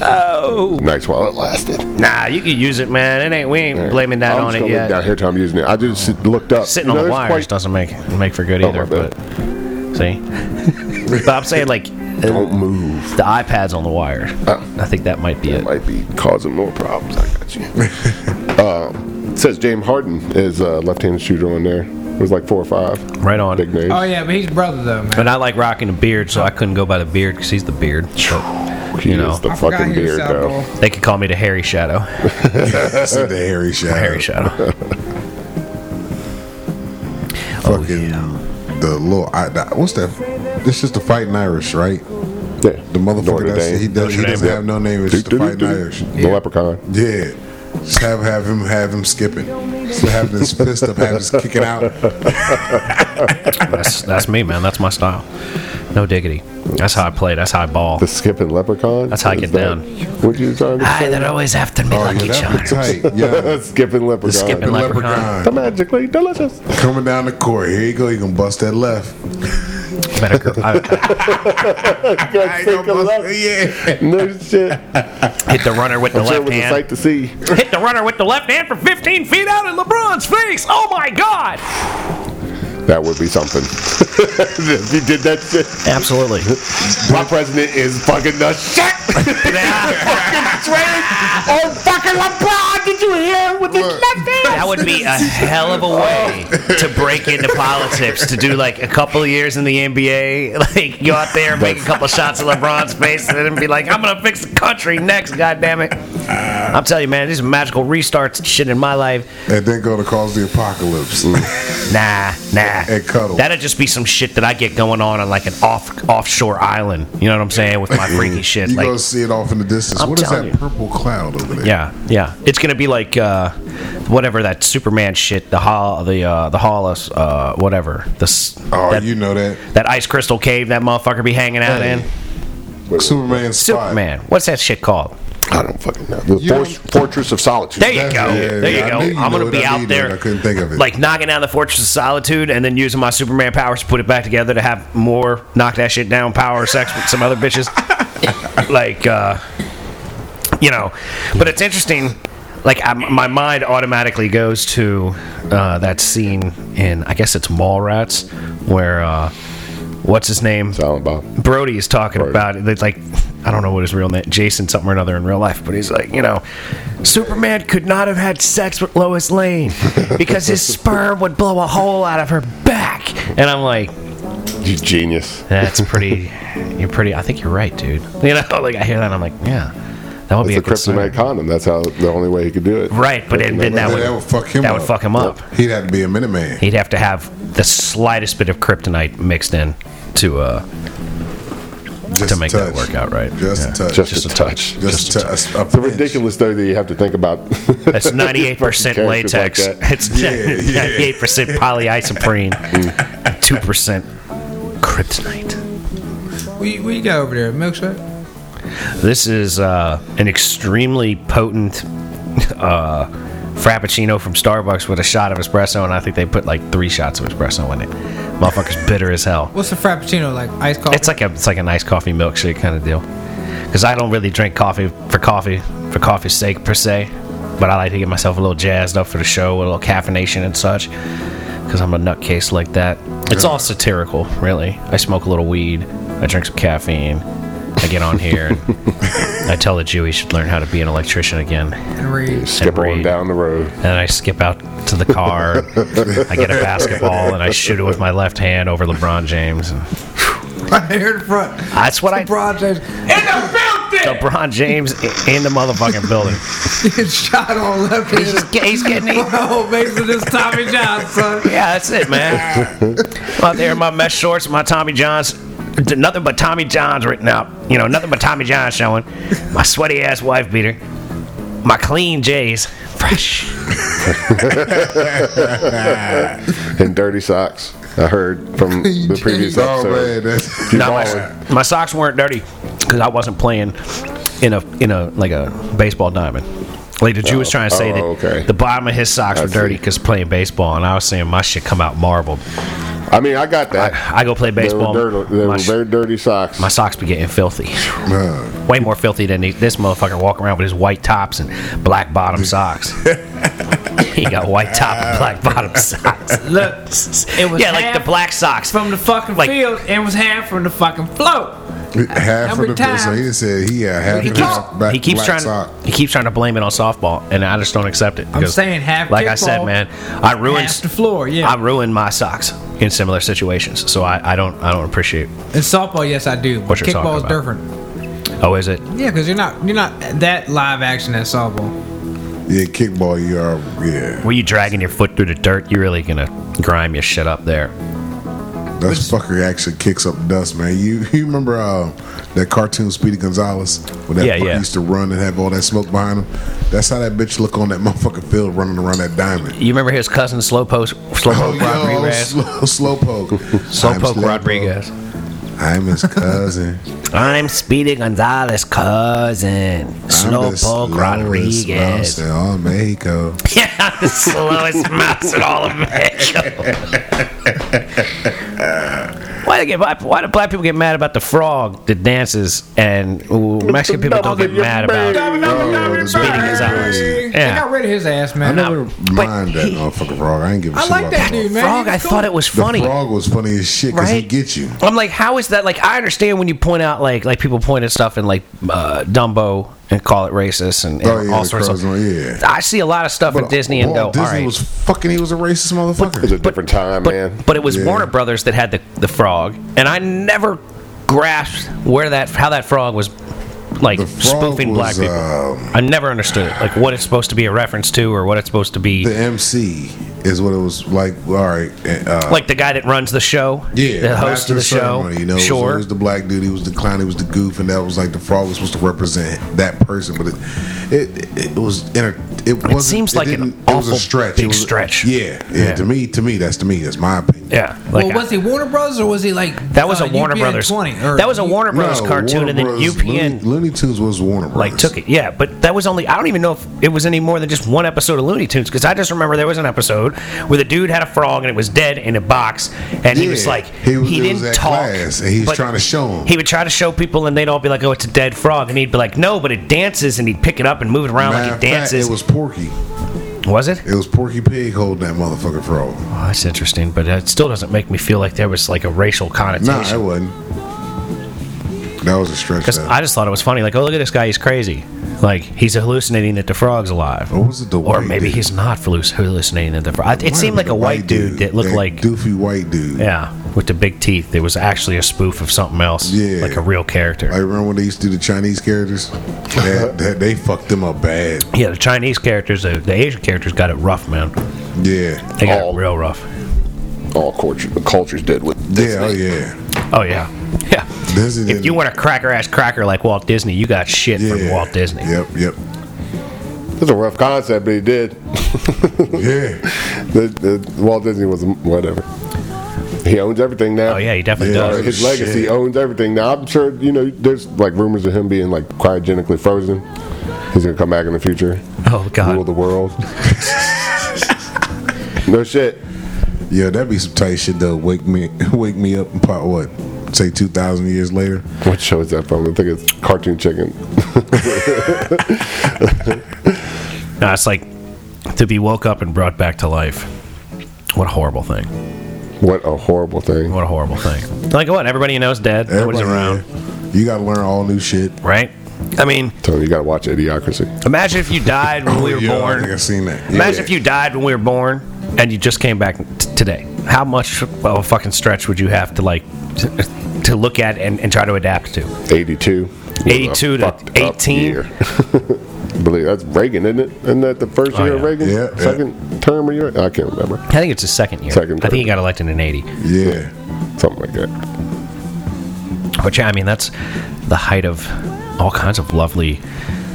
Speaker 1: Oh,
Speaker 2: Nice while it lasted.
Speaker 1: nah, you can use it, man. It ain't we ain't blaming that
Speaker 2: I'm
Speaker 1: on
Speaker 2: just
Speaker 1: it
Speaker 2: gonna live Down
Speaker 1: yet.
Speaker 2: here, till I'm using it. I just sit- looked up.
Speaker 1: Sitting
Speaker 2: You know,
Speaker 1: on the
Speaker 2: there's
Speaker 1: wires
Speaker 2: quite-
Speaker 1: doesn't make make for good
Speaker 2: Oh,
Speaker 1: either.
Speaker 2: my bad.
Speaker 1: but see,
Speaker 2: *laughs*
Speaker 1: but I'm saying like
Speaker 2: Don't move.
Speaker 1: the iPad's on the wire. I think that might be it.
Speaker 2: Oh. Might be causing more problems. I got you.
Speaker 3: *laughs*
Speaker 2: um, it says James Harden is a left-handed shooter on there. It was like four or five.
Speaker 1: Right on.
Speaker 2: Big names.
Speaker 4: Oh, yeah, but he's brother, though, man.
Speaker 1: But I like rocking a beard, so I couldn't go by the beard because he's the beard. But,
Speaker 2: He
Speaker 1: you
Speaker 2: is
Speaker 1: know,
Speaker 2: the
Speaker 4: I forgot
Speaker 2: fucking
Speaker 4: he was
Speaker 2: beard
Speaker 4: South
Speaker 2: though.
Speaker 4: Pole.
Speaker 1: they could call me the hairy shadow.
Speaker 3: That's the Harry shot. *laughs*
Speaker 1: Hairy shadow. Oh,
Speaker 3: Fucking the little. I, the- what's that? This is the fighting Irish, right?
Speaker 2: Yeah.
Speaker 3: The motherfucker
Speaker 2: Notre
Speaker 3: that said he,
Speaker 2: Dame.
Speaker 3: does, he
Speaker 1: Notre
Speaker 3: doesn't
Speaker 1: Dame.
Speaker 3: have no name. It's just the fighting Irish.
Speaker 2: The leprechaun.
Speaker 3: Yeah. Just have have him have him skipping. Just have his
Speaker 1: *laughs*
Speaker 3: fist up, have his kicking out.
Speaker 1: That's that's me, man. That's my style. No diggity. That's how I play. That's how I ball.
Speaker 2: The skipping leprechaun.
Speaker 1: That's how I
Speaker 2: Is
Speaker 1: get
Speaker 2: that
Speaker 1: down.
Speaker 2: What you trying to
Speaker 1: Aye,
Speaker 2: say?
Speaker 1: they're always after me,
Speaker 3: Oh,
Speaker 1: Lucky
Speaker 3: yeah, that'd be
Speaker 1: Charms.
Speaker 3: tight. *laughs*
Speaker 1: *laughs*
Speaker 3: Yeah.
Speaker 2: *laughs* skipping leprechaun.
Speaker 1: skipping
Speaker 3: The
Speaker 1: leprechaun.
Speaker 2: The
Speaker 3: leprechaun
Speaker 2: magically delicious.
Speaker 3: coming down the court. Here you go. You gonna bust that left.
Speaker 1: Better gr- I-
Speaker 3: I ain't gonna bust- Yeah.
Speaker 2: No shit.
Speaker 1: I hit the runner with the
Speaker 2: I'm sure it
Speaker 1: left
Speaker 2: was a sight
Speaker 1: hand.
Speaker 2: to see.
Speaker 1: Hit the runner with the left hand for 15 feet out in LeBron's face. Oh my God!
Speaker 2: That would be something. *laughs* if you did that shit,
Speaker 1: *laughs* Absolutely.
Speaker 2: my president is fucking nuts. Shit!
Speaker 1: oh fucking LeBron! Did you hear with the left hand? That would be a hell of a way to break into politics. To do like a couple of years in the NBA, *laughs* like go out there and make a couple shots at LeBron's face, and then be like, "I'm gonna fix the country next." God damn it! I'm telling you, man, these are magical restarts and shit in my life.
Speaker 3: And then gonna cause the apocalypse.
Speaker 1: Nah, nah.
Speaker 3: And cuddle.
Speaker 1: That'd just be some shit that I get going on on like an off offshore island. You know what I'm saying with my freaky shit.
Speaker 3: *laughs* You
Speaker 1: like,
Speaker 3: gonna see it off in the distance.
Speaker 1: I'm
Speaker 3: What is that
Speaker 1: telling you.
Speaker 3: purple cloud over there?
Speaker 1: Yeah, yeah. It's gonna be like uh, whatever that Superman shit, the hall, the uh, the hollows, uh, whatever. This
Speaker 3: Oh,
Speaker 1: that,
Speaker 3: you know that
Speaker 1: that ice crystal cave that motherfucker be hanging out in.
Speaker 3: Superman spot.
Speaker 1: Superman. What's that shit called?
Speaker 2: I don't fucking know. The
Speaker 3: You
Speaker 2: Force- Fortress of Solitude.
Speaker 1: There you
Speaker 3: That's-
Speaker 1: go.
Speaker 3: yeah,
Speaker 1: there
Speaker 3: yeah,
Speaker 1: you
Speaker 3: I
Speaker 1: go.
Speaker 3: knew you
Speaker 1: I'm
Speaker 3: know
Speaker 1: gonna
Speaker 3: it.
Speaker 1: be
Speaker 3: I knew
Speaker 1: out
Speaker 3: you know
Speaker 1: there.
Speaker 3: it. I couldn't think of it.
Speaker 1: Like knocking down the Fortress of Solitude and then using my Superman powers to put it back together to have more knock that shit down, power sex with some other bitches. like, uh, you know. But it's interesting. Like I, my mind automatically goes to uh, that scene in I guess it's Mallrats where uh, what's his name
Speaker 2: Silent Bob.
Speaker 1: Brody is talking
Speaker 2: Brody.
Speaker 1: about it. It's like, I don't know what his real name, Jason something or another in real life, but he's like, you know, Superman could not have had sex with Lois Lane because
Speaker 3: *laughs*
Speaker 1: his sperm would blow a hole out of her back. And I'm like,
Speaker 2: You genius.
Speaker 1: that's pretty. You're pretty. I think you're right, dude. You know, *laughs* like I hear that, and I'm like, yeah, that would be
Speaker 2: It's
Speaker 1: a
Speaker 2: a kryptonite
Speaker 1: concern.
Speaker 2: condom. That's how the only way he could do it.
Speaker 1: Right, but it, then that
Speaker 3: Yeah,
Speaker 1: would
Speaker 3: that would fuck him
Speaker 1: That
Speaker 3: up.
Speaker 1: would fuck him up.
Speaker 3: He'd have to be a Minuteman.
Speaker 1: He'd have to have the slightest bit of kryptonite mixed in to uh *laughs*
Speaker 3: Just
Speaker 1: to
Speaker 3: a
Speaker 1: make
Speaker 3: touch.
Speaker 1: that work out right.
Speaker 3: Just
Speaker 1: Yeah.
Speaker 3: a touch.
Speaker 2: Just, a touch.
Speaker 3: Just a touch. A
Speaker 2: It's a
Speaker 3: pinch.
Speaker 2: ridiculous though that you have to think about.
Speaker 3: *laughs*
Speaker 2: *laughs*
Speaker 1: That's 98%
Speaker 2: Fucking
Speaker 1: latex.
Speaker 2: characters like
Speaker 1: *laughs* it's
Speaker 3: Yeah, yeah. Mm.
Speaker 1: 98%
Speaker 3: *laughs*
Speaker 1: polyisoprene, 2% kryptonite.
Speaker 4: What you, what you got over there? Milkshake?
Speaker 1: This is uh, an extremely potent uh, Frappuccino from Starbucks with a shot of espresso, and I think they put like three shots of espresso in it. Motherfucker's bitter as hell.
Speaker 4: What's a frappuccino like? Ice coffee?
Speaker 1: It's like a it's like a nice coffee milkshake kind of deal. Because I don't really drink coffee for coffee for coffee's sake per se, but I like to get myself a little jazzed up for the show with a little caffeination and such. Because I'm a nutcase like that. It's all satirical, really. I smoke a little weed. I drink some caffeine. I get on here. And *laughs* I tell the Jew he should learn how to be an electrician again. And *laughs*
Speaker 4: and read.
Speaker 2: Skip on
Speaker 1: breed.
Speaker 2: down the road.
Speaker 1: then I skip out to the car. I get a basketball and I shoot it with my left hand over LeBron James. And
Speaker 4: Right here in front.
Speaker 1: that's what I.
Speaker 4: LeBron James *laughs*
Speaker 1: LeBron James i- in the motherfucking building.
Speaker 4: getting shot on left
Speaker 1: He's,
Speaker 4: hand.
Speaker 1: he's getting
Speaker 4: *laughs*
Speaker 1: it.
Speaker 4: Bro, basically this Tommy John, son.
Speaker 1: Yeah, that's it,
Speaker 2: *laughs*
Speaker 1: man. I'm out there in my mesh shorts, and my Tommy Johns, d- nothing but Tommy Johns written out. You know, nothing but Tommy Johns showing. My sweaty ass wife beater. My clean J's,
Speaker 2: *laughs*
Speaker 1: fresh.
Speaker 2: And dirty socks. I heard *laughs* from the previous
Speaker 3: Oh
Speaker 2: episode.
Speaker 3: man, that's *laughs*
Speaker 1: No, my, my socks weren't dirty because I wasn't playing in a in a like a baseball diamond. Like the Jew was trying to say
Speaker 2: oh,
Speaker 1: that
Speaker 2: okay.
Speaker 1: the bottom of his socks
Speaker 2: I
Speaker 1: were dirty
Speaker 2: see.
Speaker 1: because playing baseball, and I was saying my shit come out marbled.
Speaker 2: I mean, I got that.
Speaker 1: I go play baseball.
Speaker 2: They were, dirty, they
Speaker 1: my
Speaker 2: were
Speaker 1: sh-
Speaker 2: very dirty socks.
Speaker 1: My socks be getting filthy.
Speaker 2: *laughs*
Speaker 3: Nah.
Speaker 1: Way more filthy than these- this motherfucker walking around with his white tops and black bottom
Speaker 3: *laughs*
Speaker 1: socks. he got white top and black bottom socks.
Speaker 4: Look, it was
Speaker 1: yeah, like the
Speaker 4: half
Speaker 1: black socks.
Speaker 4: from the fucking
Speaker 1: Like-
Speaker 4: field and was half from the fucking float.
Speaker 3: half
Speaker 4: Number
Speaker 3: of the
Speaker 4: time.
Speaker 3: so he said he had half
Speaker 1: he
Speaker 3: of
Speaker 1: keeps,
Speaker 3: the black,
Speaker 1: he keeps
Speaker 3: black
Speaker 1: trying
Speaker 3: sock.
Speaker 1: he keeps trying to blame it on softball, and I just don't accept it. because,
Speaker 4: saying half
Speaker 1: Like I
Speaker 4: kickball,
Speaker 1: said, man, I ruined
Speaker 4: half the floor, yeah.
Speaker 1: I ruined my socks in similar situations, so I, I don't I don't appreciate.
Speaker 4: In softball, yes, I do. But
Speaker 1: What you're talking
Speaker 4: kickball is
Speaker 1: about.
Speaker 4: different.
Speaker 1: Oh, is it?
Speaker 4: Yeah, because you're not you're not that live action at softball.
Speaker 3: Yeah, kickball. You are. Yeah,
Speaker 1: Were you dragging your foot through the dirt? You're really gonna grime your shit up there.
Speaker 3: that fucker actually kicks up dust, man. You you remember uh, that cartoon Speedy Gonzalez when that
Speaker 1: Yeah,
Speaker 3: fucker
Speaker 1: yeah.
Speaker 3: used to run and have all that smoke behind him? That's how that bitch look on that motherfucking field running around that diamond.
Speaker 1: You remember his cousin Slowpoke
Speaker 3: Oh,
Speaker 1: Slowpoke
Speaker 3: yo,
Speaker 1: Rodriguez? *laughs*
Speaker 3: slow, slowpoke. I'm
Speaker 1: Slowpoke Rodriguez.
Speaker 3: I'm
Speaker 1: *laughs*
Speaker 3: his cousin.
Speaker 1: I'm Speedy Gonzalez' cousin,
Speaker 3: I'm the slowest
Speaker 1: Slowpoke
Speaker 3: mouse
Speaker 1: Rodriguez. *laughs*
Speaker 3: in all Mexico.
Speaker 1: Yeah, I'm the slowest mouse in all of
Speaker 3: *laughs*
Speaker 1: Mexico. why, they get, why, why do black people get mad about the frog that dances and ooh, Mexican people don't get mad about
Speaker 3: Bro, the
Speaker 1: Speedy
Speaker 3: guy-
Speaker 1: Gonzalez?
Speaker 4: They
Speaker 1: Yeah.
Speaker 4: got rid of his ass,
Speaker 3: I
Speaker 4: man.
Speaker 3: never mind that
Speaker 1: he-
Speaker 3: motherfucker frog. I ain't give a
Speaker 4: I
Speaker 3: shit
Speaker 4: like
Speaker 3: about
Speaker 4: that
Speaker 3: the
Speaker 4: dude, man.
Speaker 1: Frog,
Speaker 4: He
Speaker 1: I
Speaker 4: was
Speaker 1: thought
Speaker 4: cool.
Speaker 1: it was
Speaker 3: The
Speaker 1: funny.
Speaker 3: frog was funny as shit because he
Speaker 1: right?
Speaker 3: get you.
Speaker 1: I'm like, how is that? Like, I understand when you point out, like, like people point at stuff and like uh, Dumbo and call it racist and, and
Speaker 3: Oh, yeah,
Speaker 1: all
Speaker 3: the
Speaker 1: sorts of.
Speaker 3: crows, yeah.
Speaker 1: I see a lot of stuff at
Speaker 3: But uh,
Speaker 1: Disney and go,
Speaker 3: Walt Disney
Speaker 1: all right.
Speaker 3: was fucking. He was a racist motherfucker.
Speaker 2: It's a different time,
Speaker 1: but,
Speaker 2: man.
Speaker 1: but it was
Speaker 3: Yeah.
Speaker 1: Warner Brothers that had the the frog, and I never grasped where that how that frog was like
Speaker 3: The frog
Speaker 1: spoofing black
Speaker 3: was,
Speaker 1: people.
Speaker 3: um,
Speaker 1: I never understood it, like what it's supposed to be a reference to or what it's supposed to be.
Speaker 3: the MC is what it was like. All right, uh,
Speaker 1: like the guy that runs the show,
Speaker 3: yeah,
Speaker 1: the host
Speaker 3: master
Speaker 1: of the show,
Speaker 3: ceremony, You know, it was
Speaker 1: sure.
Speaker 3: always the black dude. He was the clown. He was the goof, and that was like the frog was supposed to represent that person. But it it, it was inter- it wasn't.
Speaker 1: seems like an
Speaker 3: didn't- it was
Speaker 1: awful
Speaker 3: a stretch.
Speaker 1: big
Speaker 3: It was-
Speaker 1: stretch.
Speaker 3: Yeah, yeah,
Speaker 1: Yeah.
Speaker 3: To me, to me, that's to me. That's my opinion.
Speaker 1: yeah, like
Speaker 4: Well,
Speaker 1: I-
Speaker 4: was he Warner Brothers or was he like
Speaker 1: that was
Speaker 4: uh,
Speaker 1: a Warner
Speaker 4: UPN
Speaker 1: Brothers.
Speaker 4: 20, or-
Speaker 1: that was a Warner Brothers
Speaker 3: No,
Speaker 1: cartoon,
Speaker 3: Warner
Speaker 1: and then
Speaker 3: Brothers-
Speaker 1: UPN.
Speaker 3: Looney, Looney Tunes was Warner Brothers.
Speaker 1: like took it. Yeah, but that was only I don't even know if it was any more than just one episode of Looney Tunes because I just remember there was an episode where the dude had a frog and it was dead in a box and he was
Speaker 3: Yeah,
Speaker 1: like
Speaker 3: he
Speaker 1: he,
Speaker 3: was- it was
Speaker 1: didn't
Speaker 3: at
Speaker 1: talk
Speaker 3: class, and he was
Speaker 1: but
Speaker 3: trying to show 'em.
Speaker 1: He would try to show people and they'd all be like, "Oh, it's a dead frog," and he'd be like, "No, but it dances," and he'd pick it up and move it around
Speaker 3: Matter
Speaker 1: like it
Speaker 3: of fact,
Speaker 1: dances.
Speaker 3: it was Porky.
Speaker 1: was it?
Speaker 3: It was Porky Pig holding that motherfucker frog.
Speaker 1: Oh, that's interesting, but it still doesn't make me feel like there was like a racial
Speaker 3: No, nah, it
Speaker 1: connotation.
Speaker 3: wasn't. That was a stretch.
Speaker 1: Because
Speaker 3: though.
Speaker 1: I just thought it was funny. Like, oh, look at this guy. He's crazy. Like, he's hallucinating that the frog's alive.
Speaker 3: Or was it the
Speaker 1: Or
Speaker 3: white
Speaker 1: maybe
Speaker 3: dude?
Speaker 1: he's not halluc- hallucinating that the frog. It
Speaker 3: Might
Speaker 1: seemed
Speaker 3: have
Speaker 1: like
Speaker 3: been
Speaker 1: a white dude, that looked like,
Speaker 3: doofy white dude.
Speaker 1: yeah, with the big teeth. It was actually a spoof of something else.
Speaker 3: Yeah.
Speaker 1: Like a real character.
Speaker 3: Like remember when they used to do the
Speaker 1: *laughs*
Speaker 3: Chinese characters? that, that, they fucked them up bad.
Speaker 1: yeah, the Chinese characters, the, the Asian characters got it rough, man.
Speaker 3: Yeah.
Speaker 1: They got
Speaker 3: Oh.
Speaker 2: All-
Speaker 1: it real rough.
Speaker 2: All culture, cultures did with
Speaker 3: Yeah, oh yeah.
Speaker 1: Oh, yeah. *laughs* Yeah.
Speaker 3: Disney
Speaker 1: If
Speaker 3: didn't-
Speaker 1: you weren't a cracker ass cracker like Walt Disney, you got shit from
Speaker 3: yeah.
Speaker 1: Walt Disney.
Speaker 3: Yep, yep.
Speaker 2: It's a rough concept, but he did.
Speaker 3: Yeah.
Speaker 2: The, the, Walt Disney was whatever. He owns everything now.
Speaker 1: Oh, yeah, he definitely
Speaker 3: Yeah.
Speaker 1: does.
Speaker 2: His legacy
Speaker 3: Shit.
Speaker 2: owns everything now. I'm sure you know. There's like rumors of him being like cryogenically frozen. He's gonna come back in the future,
Speaker 1: Oh,
Speaker 2: rule the
Speaker 1: God.
Speaker 2: world. no shit.
Speaker 3: Yeah, that'd be some tight shit though. Wake me *laughs* wake me up and pop what? Say two thousand years later.
Speaker 2: What show is that from? I think it's Cartoon Chicken. *laughs*
Speaker 1: No, it's like to be woke up and brought back to life. What a horrible thing.
Speaker 2: What a horrible thing.
Speaker 1: What a horrible thing. Like what? Everybody you know is dead. Nobody's around.
Speaker 3: around. You gotta learn all new shit.
Speaker 1: Right? I mean,
Speaker 2: Tony, you gotta watch Idiocracy.
Speaker 1: imagine if you died when we were
Speaker 3: Oh, Yeah, I think I
Speaker 1: born.
Speaker 3: seen that.
Speaker 1: Imagine
Speaker 3: Yeah.
Speaker 1: if you died when we were born and you just came back t- today. How much of a fucking stretch would you have to like t- to look at and, and try to adapt to?
Speaker 2: 82. was a
Speaker 1: 82 to
Speaker 2: fucked up
Speaker 1: 18?
Speaker 2: year. *laughs* Believe that's Reagan, isn't it? Isn't that the first
Speaker 1: Oh,
Speaker 2: year of
Speaker 1: yeah.
Speaker 2: Reagan?
Speaker 3: Yeah, yeah.
Speaker 2: Second term of year? I can't remember.
Speaker 1: I think it's his second year.
Speaker 2: Second,
Speaker 1: I think
Speaker 2: third.
Speaker 1: he got elected in eighty.
Speaker 3: Yeah.
Speaker 2: Something like that.
Speaker 1: Which I mean that's the height of all kinds of lovely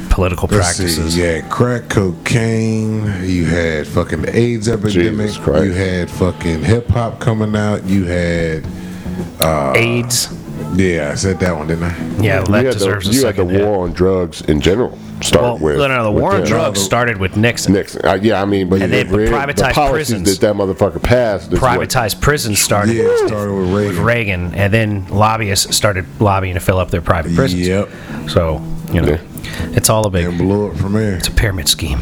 Speaker 1: political
Speaker 3: Let's
Speaker 1: practices.
Speaker 3: See, you had crack cocaine. You had fucking the AIDS epidemic.
Speaker 2: Jesus Christ.
Speaker 3: You had fucking hip hop coming out. You had
Speaker 1: AIDS.
Speaker 3: yeah, I said that one, didn't I?
Speaker 1: Yeah, well, that
Speaker 2: you had the,
Speaker 1: deserves a
Speaker 2: you had the
Speaker 1: second.
Speaker 2: war
Speaker 1: yeah.
Speaker 2: on drugs in general start
Speaker 1: Well,
Speaker 2: with.
Speaker 1: no, no, the
Speaker 2: with
Speaker 1: war on
Speaker 2: them.
Speaker 1: drugs started with Nixon.
Speaker 2: Nixon. Uh, yeah, I mean, but
Speaker 1: And
Speaker 2: you
Speaker 1: they
Speaker 2: read the
Speaker 1: privatized
Speaker 2: policies
Speaker 1: prisons.
Speaker 2: that that motherfucker passed. is what-
Speaker 1: Privatized prison started
Speaker 3: Yeah, it started with
Speaker 1: with
Speaker 3: Reagan.
Speaker 1: Reagan, and then lobbyists started lobbying to fill up their private prisons.
Speaker 3: Yep,
Speaker 1: So you know,
Speaker 2: Yeah.
Speaker 1: it's all a big
Speaker 3: and blew up from there.
Speaker 1: it's a pyramid scheme,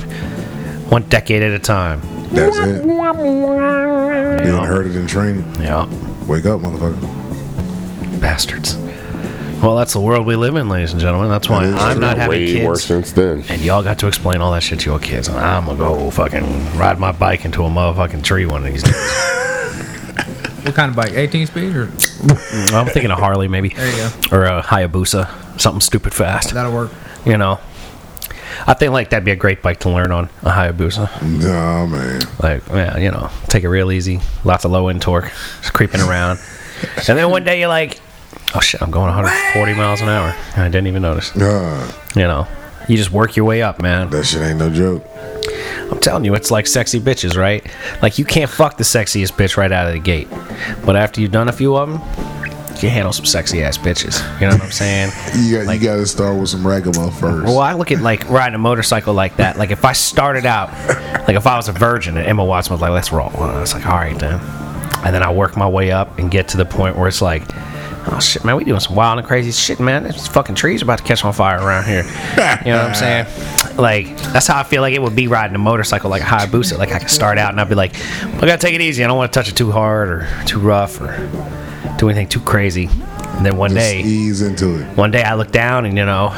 Speaker 1: one decade at a time.
Speaker 3: That's it. You done heard it in training.
Speaker 1: Yeah,
Speaker 3: Wake up, motherfucker.
Speaker 1: bastards. Well, that's the world we live in, ladies and gentlemen. That's why
Speaker 3: That is
Speaker 1: I'm
Speaker 3: true.
Speaker 1: not having
Speaker 2: way
Speaker 1: kids.
Speaker 2: worse since then.
Speaker 1: And y'all got to explain all that shit to your kids. And I'm gonna go fucking ride my bike into a motherfucking tree one of these days.
Speaker 4: What kind of bike? 18 speed or
Speaker 1: I'm thinking a Harley maybe,
Speaker 4: There you
Speaker 1: or a Hayabusa, something stupid fast.
Speaker 4: that'll work?
Speaker 1: you know. I think like that'd be a great bike to learn on a Hayabusa.
Speaker 3: Nah, man.
Speaker 1: Like, yeah, you know, take it real easy. Lots of low end torque, just creeping around. and then one day you're like, oh shit, I'm going 140 miles an hour. And I didn't even notice.
Speaker 3: Nah,
Speaker 1: You know, you just work your way up, man.
Speaker 3: that shit ain't no joke.
Speaker 1: I'm telling you, it's like sexy bitches, right? Like you can't fuck the sexiest bitch right out of the gate, but after you've done a few of them, can handle some sexy ass bitches. You know what I'm saying?
Speaker 3: You got
Speaker 1: Like-
Speaker 3: you got to start with some ragamuffin first.
Speaker 1: Well, I look at like riding a motorcycle like that. Like if I started out, like if I was a virgin and Emma Watson was like, "Let's roll," and I was like, "All right, then." And then I work my way up and get to the point where it's like, "Oh shit, man, we doing some wild and crazy shit, man. This fucking tree's about to catch on fire around here." You know what I'm saying? Like that's how I feel like it would be riding a motorcycle like a Hayabusa. Like I could start out and I'd be like, "I gotta take it easy. I don't want to touch it too hard or too rough or do anything too crazy." And then one
Speaker 3: Just
Speaker 1: day,
Speaker 3: ease into it.
Speaker 1: one day I look down and you know,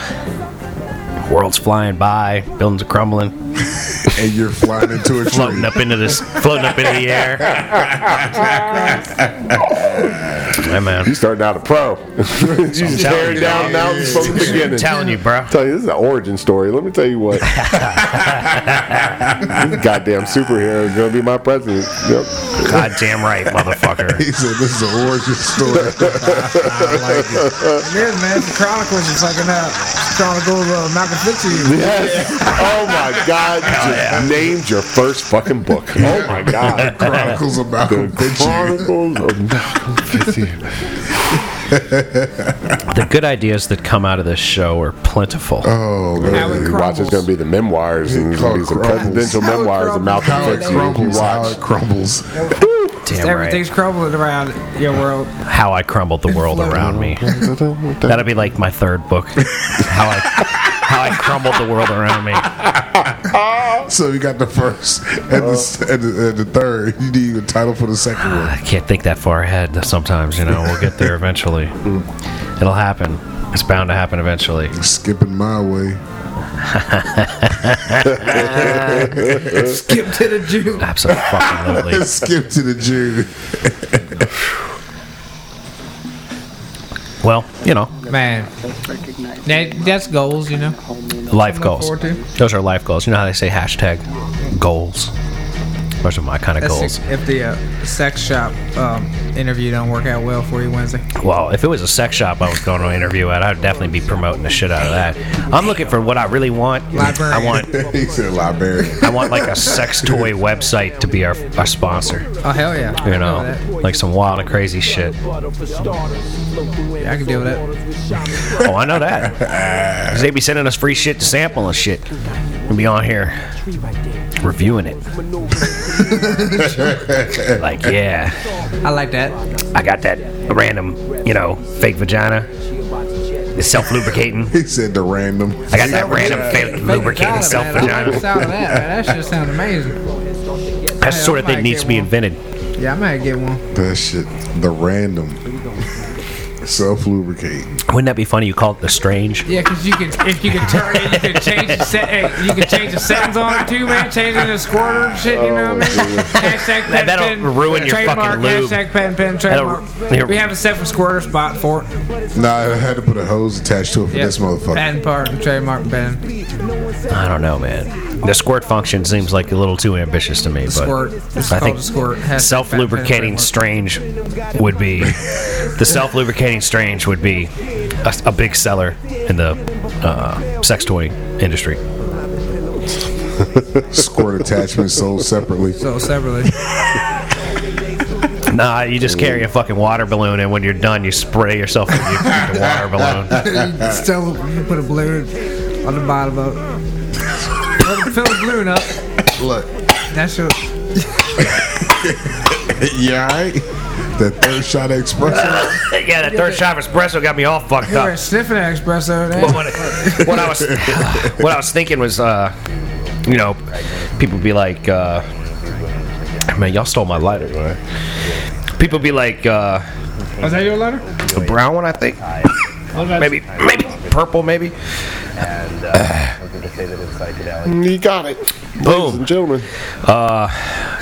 Speaker 1: world's flying by, buildings are crumbling,
Speaker 3: and you're flying into
Speaker 1: *laughs*
Speaker 3: a
Speaker 1: floating
Speaker 3: tree.
Speaker 1: up into this, floating up into the air. hey man,
Speaker 2: You starting out a pro. you
Speaker 1: telling
Speaker 2: just tearing
Speaker 1: you,
Speaker 2: down
Speaker 1: dog.
Speaker 2: mountains from the
Speaker 1: I'm
Speaker 2: beginning.
Speaker 1: telling you, bro.
Speaker 2: Tell you, this is an origin story. Let me tell
Speaker 1: *laughs*
Speaker 2: you what. this goddamn superhero is gonna be my president. Yep. *laughs*
Speaker 1: Goddamn right, motherfucker.
Speaker 3: He said, "This is an origin story."
Speaker 1: *laughs*
Speaker 4: I like *laughs* it. It is, man. It's the Chronicles of fucking uh, Chronicles of Malcolm Fix you.
Speaker 2: Yes. Oh my God! You named your first fucking book. Oh
Speaker 1: *laughs*
Speaker 2: my God!
Speaker 3: Chronicles of Malcolm
Speaker 2: The
Speaker 3: Fitch.
Speaker 2: Chronicles of Malcolm Fitz.
Speaker 1: The good ideas that come out of this show are plentiful.
Speaker 3: Oh
Speaker 4: *laughs*
Speaker 3: man,
Speaker 4: Howard
Speaker 2: Watch,
Speaker 4: Crumbles.
Speaker 2: it's going to be the memoirs and there's gonna be some
Speaker 3: Crumbles.
Speaker 2: presidential
Speaker 4: Howard
Speaker 2: memoirs of
Speaker 4: Crumbles.
Speaker 2: Malcolm
Speaker 3: how
Speaker 4: Howard
Speaker 3: it
Speaker 2: Fix. You
Speaker 3: crumbles. How it
Speaker 2: watch.
Speaker 3: crumbles.
Speaker 1: Damn
Speaker 4: Everything's
Speaker 1: right.
Speaker 4: crumbling around your world. *laughs*
Speaker 1: How I crumbled the world
Speaker 4: floating.
Speaker 1: around me. That'll be like my third book. How I, how I crumbled the world around me.
Speaker 3: So you got the first and the, and the, and the third. You need a title for the second one.
Speaker 1: I can't think that far ahead sometimes, you know. We'll get there
Speaker 4: *laughs*
Speaker 1: eventually.
Speaker 4: Mm.
Speaker 1: It'll happen. It's bound to happen eventually.
Speaker 3: Skipping my way. *laughs*
Speaker 4: Skip to the Jew. *laughs*
Speaker 1: Absolutely.
Speaker 3: Skip to the Jew.
Speaker 1: well, you know,
Speaker 4: Man, that, that's goals, you know.
Speaker 1: life goals.
Speaker 4: forward to.
Speaker 1: Those are life goals. You know how they say hashtag goals? Those are my kind of
Speaker 4: That's
Speaker 1: goals.
Speaker 4: if- if the uh, sex shop um, interview don't work out well for you Wednesday.
Speaker 1: Well, if it was a sex shop I was going to interview at, I'd definitely be promoting the shit out of that. I'm looking for what I really want.
Speaker 4: Librarian.
Speaker 1: I want.
Speaker 3: *laughs* he said librarian. *laughs*
Speaker 1: I want like a sex toy
Speaker 4: *laughs*
Speaker 1: website to be our, our sponsor.
Speaker 4: Oh hell yeah! I
Speaker 1: You
Speaker 4: can deal
Speaker 1: know,
Speaker 4: with
Speaker 1: like some wild and crazy shit.
Speaker 4: that. I can deal with that.
Speaker 1: Oh, I know that. 'Cause they be sending us free shit to sample and shit. We'll be on here reviewing it. like, yeah,
Speaker 4: I like that.
Speaker 1: I got that random, you know, fake vagina. It's self lubricating.
Speaker 3: He said the random.
Speaker 1: I got that random fake lubricating
Speaker 4: God,
Speaker 1: self
Speaker 4: man, I like the
Speaker 1: vagina.
Speaker 4: sound of that. Man. That shit sounds amazing.
Speaker 1: That's the sort of thing needs to be invented.
Speaker 4: Yeah, I might get one.
Speaker 3: That shit. The random. *laughs* Self lubricate.
Speaker 1: Wouldn't that be funny? You call it the strange.
Speaker 4: Yeah, because you can if you can turn it, you can change the set, eh, you can change the settings on it too, man. Change it to squirter and shit. You know what I mean? Hashtag pen,
Speaker 1: that'll
Speaker 4: pen,
Speaker 1: ruin your
Speaker 4: trademark,
Speaker 1: fucking lube.
Speaker 4: Hashtag pen pen trademark.
Speaker 1: That'll-
Speaker 4: we have a set for squirter spot for it.
Speaker 3: Nah, I had to put a hose attached to it for
Speaker 4: Yeah.
Speaker 3: this motherfucker.
Speaker 4: Patent part trademark pen
Speaker 1: I don't know, man. The squirt function seems like a little too ambitious to me. But
Speaker 4: squirt. It's
Speaker 1: I
Speaker 4: called
Speaker 1: think
Speaker 4: a squirt. Hashtag
Speaker 1: self lubricating strange would be the self lubricating strange would be a, a big seller in the uh, sex toy industry.
Speaker 3: *laughs* Squirt attachment sold separately.
Speaker 4: So separately. *laughs*
Speaker 1: Nah, you just carry a fucking water balloon, and when you're done, you spray yourself with your- with the water balloon.
Speaker 4: Still put a balloon on the bottom of it. Fill the balloon up.
Speaker 3: Look. *laughs*
Speaker 4: That's your
Speaker 3: Yeah, right. That third shot of
Speaker 1: *laughs*
Speaker 3: espresso.
Speaker 1: *laughs* yeah, that third shot of espresso got me all fucked
Speaker 4: you were
Speaker 1: up.
Speaker 4: sniffing that espresso.
Speaker 1: But
Speaker 4: That,
Speaker 1: what, what I was what I was thinking was, uh, you know, people be like, uh, man, y'all stole my lighter. Man. People be like, uh,
Speaker 4: was that your letter?
Speaker 1: the brown one, I think. maybe maybe purple maybe
Speaker 2: You got it. Ladies
Speaker 1: boom
Speaker 2: and gentlemen.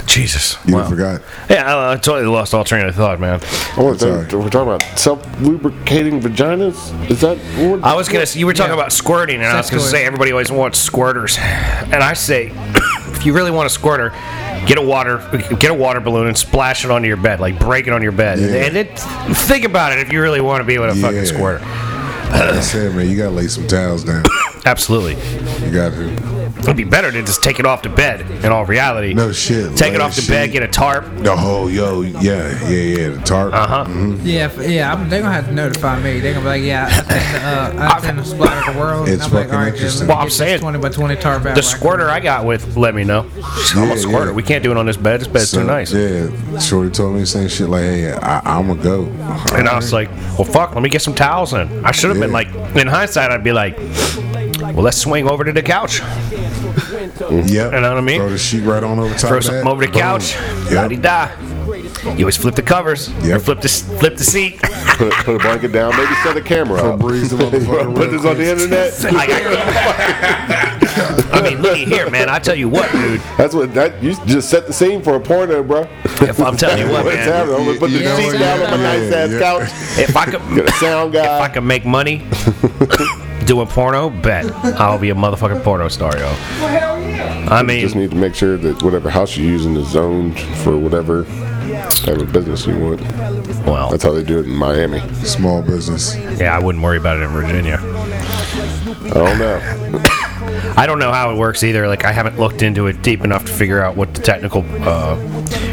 Speaker 1: jesus
Speaker 3: You
Speaker 1: wow.
Speaker 3: forgot.
Speaker 1: yeah I, I totally lost all train of thought man
Speaker 2: Oh, we're
Speaker 3: Sorry.
Speaker 2: talking about self-lubricating vaginas. Is that what?
Speaker 1: i was gonna you were talking about squirting and i was
Speaker 4: Sex
Speaker 1: gonna
Speaker 4: toys.
Speaker 1: say everybody always wants squirters and i say *coughs* if you really want a squirter get a water get a water balloon and splash it onto your bed like break it on your bed
Speaker 3: Yeah.
Speaker 1: and, it think about it if you really want to be with a
Speaker 3: Yeah.
Speaker 1: fucking squirter
Speaker 3: I said, man, you gotta lay some towels down.
Speaker 1: absolutely
Speaker 3: You got to.
Speaker 1: It'd be better to just take it off to bed. In all reality,
Speaker 3: No shit,
Speaker 1: Take
Speaker 3: lay
Speaker 1: it off to
Speaker 3: the
Speaker 1: bed,
Speaker 3: sheet.
Speaker 1: get a tarp.
Speaker 3: The whole yo, yeah, yeah, yeah. The tarp. Mm,
Speaker 1: Uh huh.
Speaker 4: Yeah, if- yeah. I'm, they're gonna have to notify me. They're gonna be like, yeah, I tend to, uh, I
Speaker 1: *laughs*
Speaker 4: tend to splatter the world.
Speaker 3: It's
Speaker 4: and I'm like,
Speaker 3: fucking
Speaker 4: all right,
Speaker 3: interesting.
Speaker 1: Well, I'm
Speaker 4: this
Speaker 1: saying-
Speaker 4: twenty by twenty tarp out.
Speaker 1: The squirter I got with, let me know. I'm
Speaker 3: Yeah,
Speaker 1: a squirter.
Speaker 3: yeah.
Speaker 1: We can't do it on this bed. This bed's
Speaker 3: So,
Speaker 1: too nice.
Speaker 3: Yeah, Shorty told me the same shit. Like, hey, I, I'm gonna go.
Speaker 1: And I was like, well, fuck, let me get some towels in. I should have been
Speaker 3: Yeah.
Speaker 1: like, in hindsight, I'd be like, well, let's swing over to the couch.
Speaker 3: yep.
Speaker 1: you know what I mean?
Speaker 3: Throw the sheet right on over top.
Speaker 1: Throw
Speaker 3: of that.
Speaker 1: something over the
Speaker 3: Boom.
Speaker 1: couch. Da di
Speaker 3: Yep.
Speaker 1: da. You always flip the covers.
Speaker 3: Yep.
Speaker 1: Or Flip the s- flip the seat. *laughs*
Speaker 2: Put, put a blanket down, maybe set a camera up.
Speaker 3: Febreze the motherfucker
Speaker 2: *laughs* Put
Speaker 3: real
Speaker 2: this on the
Speaker 1: *laughs*
Speaker 3: quick.
Speaker 2: internet.
Speaker 1: Like, I, I mean, looky here, man. I tell you what, dude.
Speaker 2: That's what that you just set the scene for a porno, bro.
Speaker 1: If I'm telling
Speaker 2: *laughs*
Speaker 1: you what,
Speaker 2: What's happening?
Speaker 1: man.
Speaker 2: I'm gonna put the
Speaker 3: Yeah,
Speaker 2: sheet
Speaker 4: yeah.
Speaker 2: down on my
Speaker 3: Yeah,
Speaker 2: nice ass
Speaker 3: yeah.
Speaker 2: couch.
Speaker 1: If I could,
Speaker 2: Got a
Speaker 1: if
Speaker 2: sound
Speaker 1: I
Speaker 2: guy.
Speaker 1: could make
Speaker 3: *laughs*
Speaker 1: money doing porno, bet I'll be a motherfucking porno star, yo. I
Speaker 2: Just
Speaker 1: mean,
Speaker 2: need to make sure that whatever house you're using is zoned for whatever type of business you want.
Speaker 1: well,
Speaker 2: That's how they do it in Miami.
Speaker 3: Small business.
Speaker 1: yeah, I wouldn't worry about it in Virginia.
Speaker 2: I don't know.
Speaker 1: I don't know how it works either. Like I haven't looked into it deep enough to figure out what the technical uh,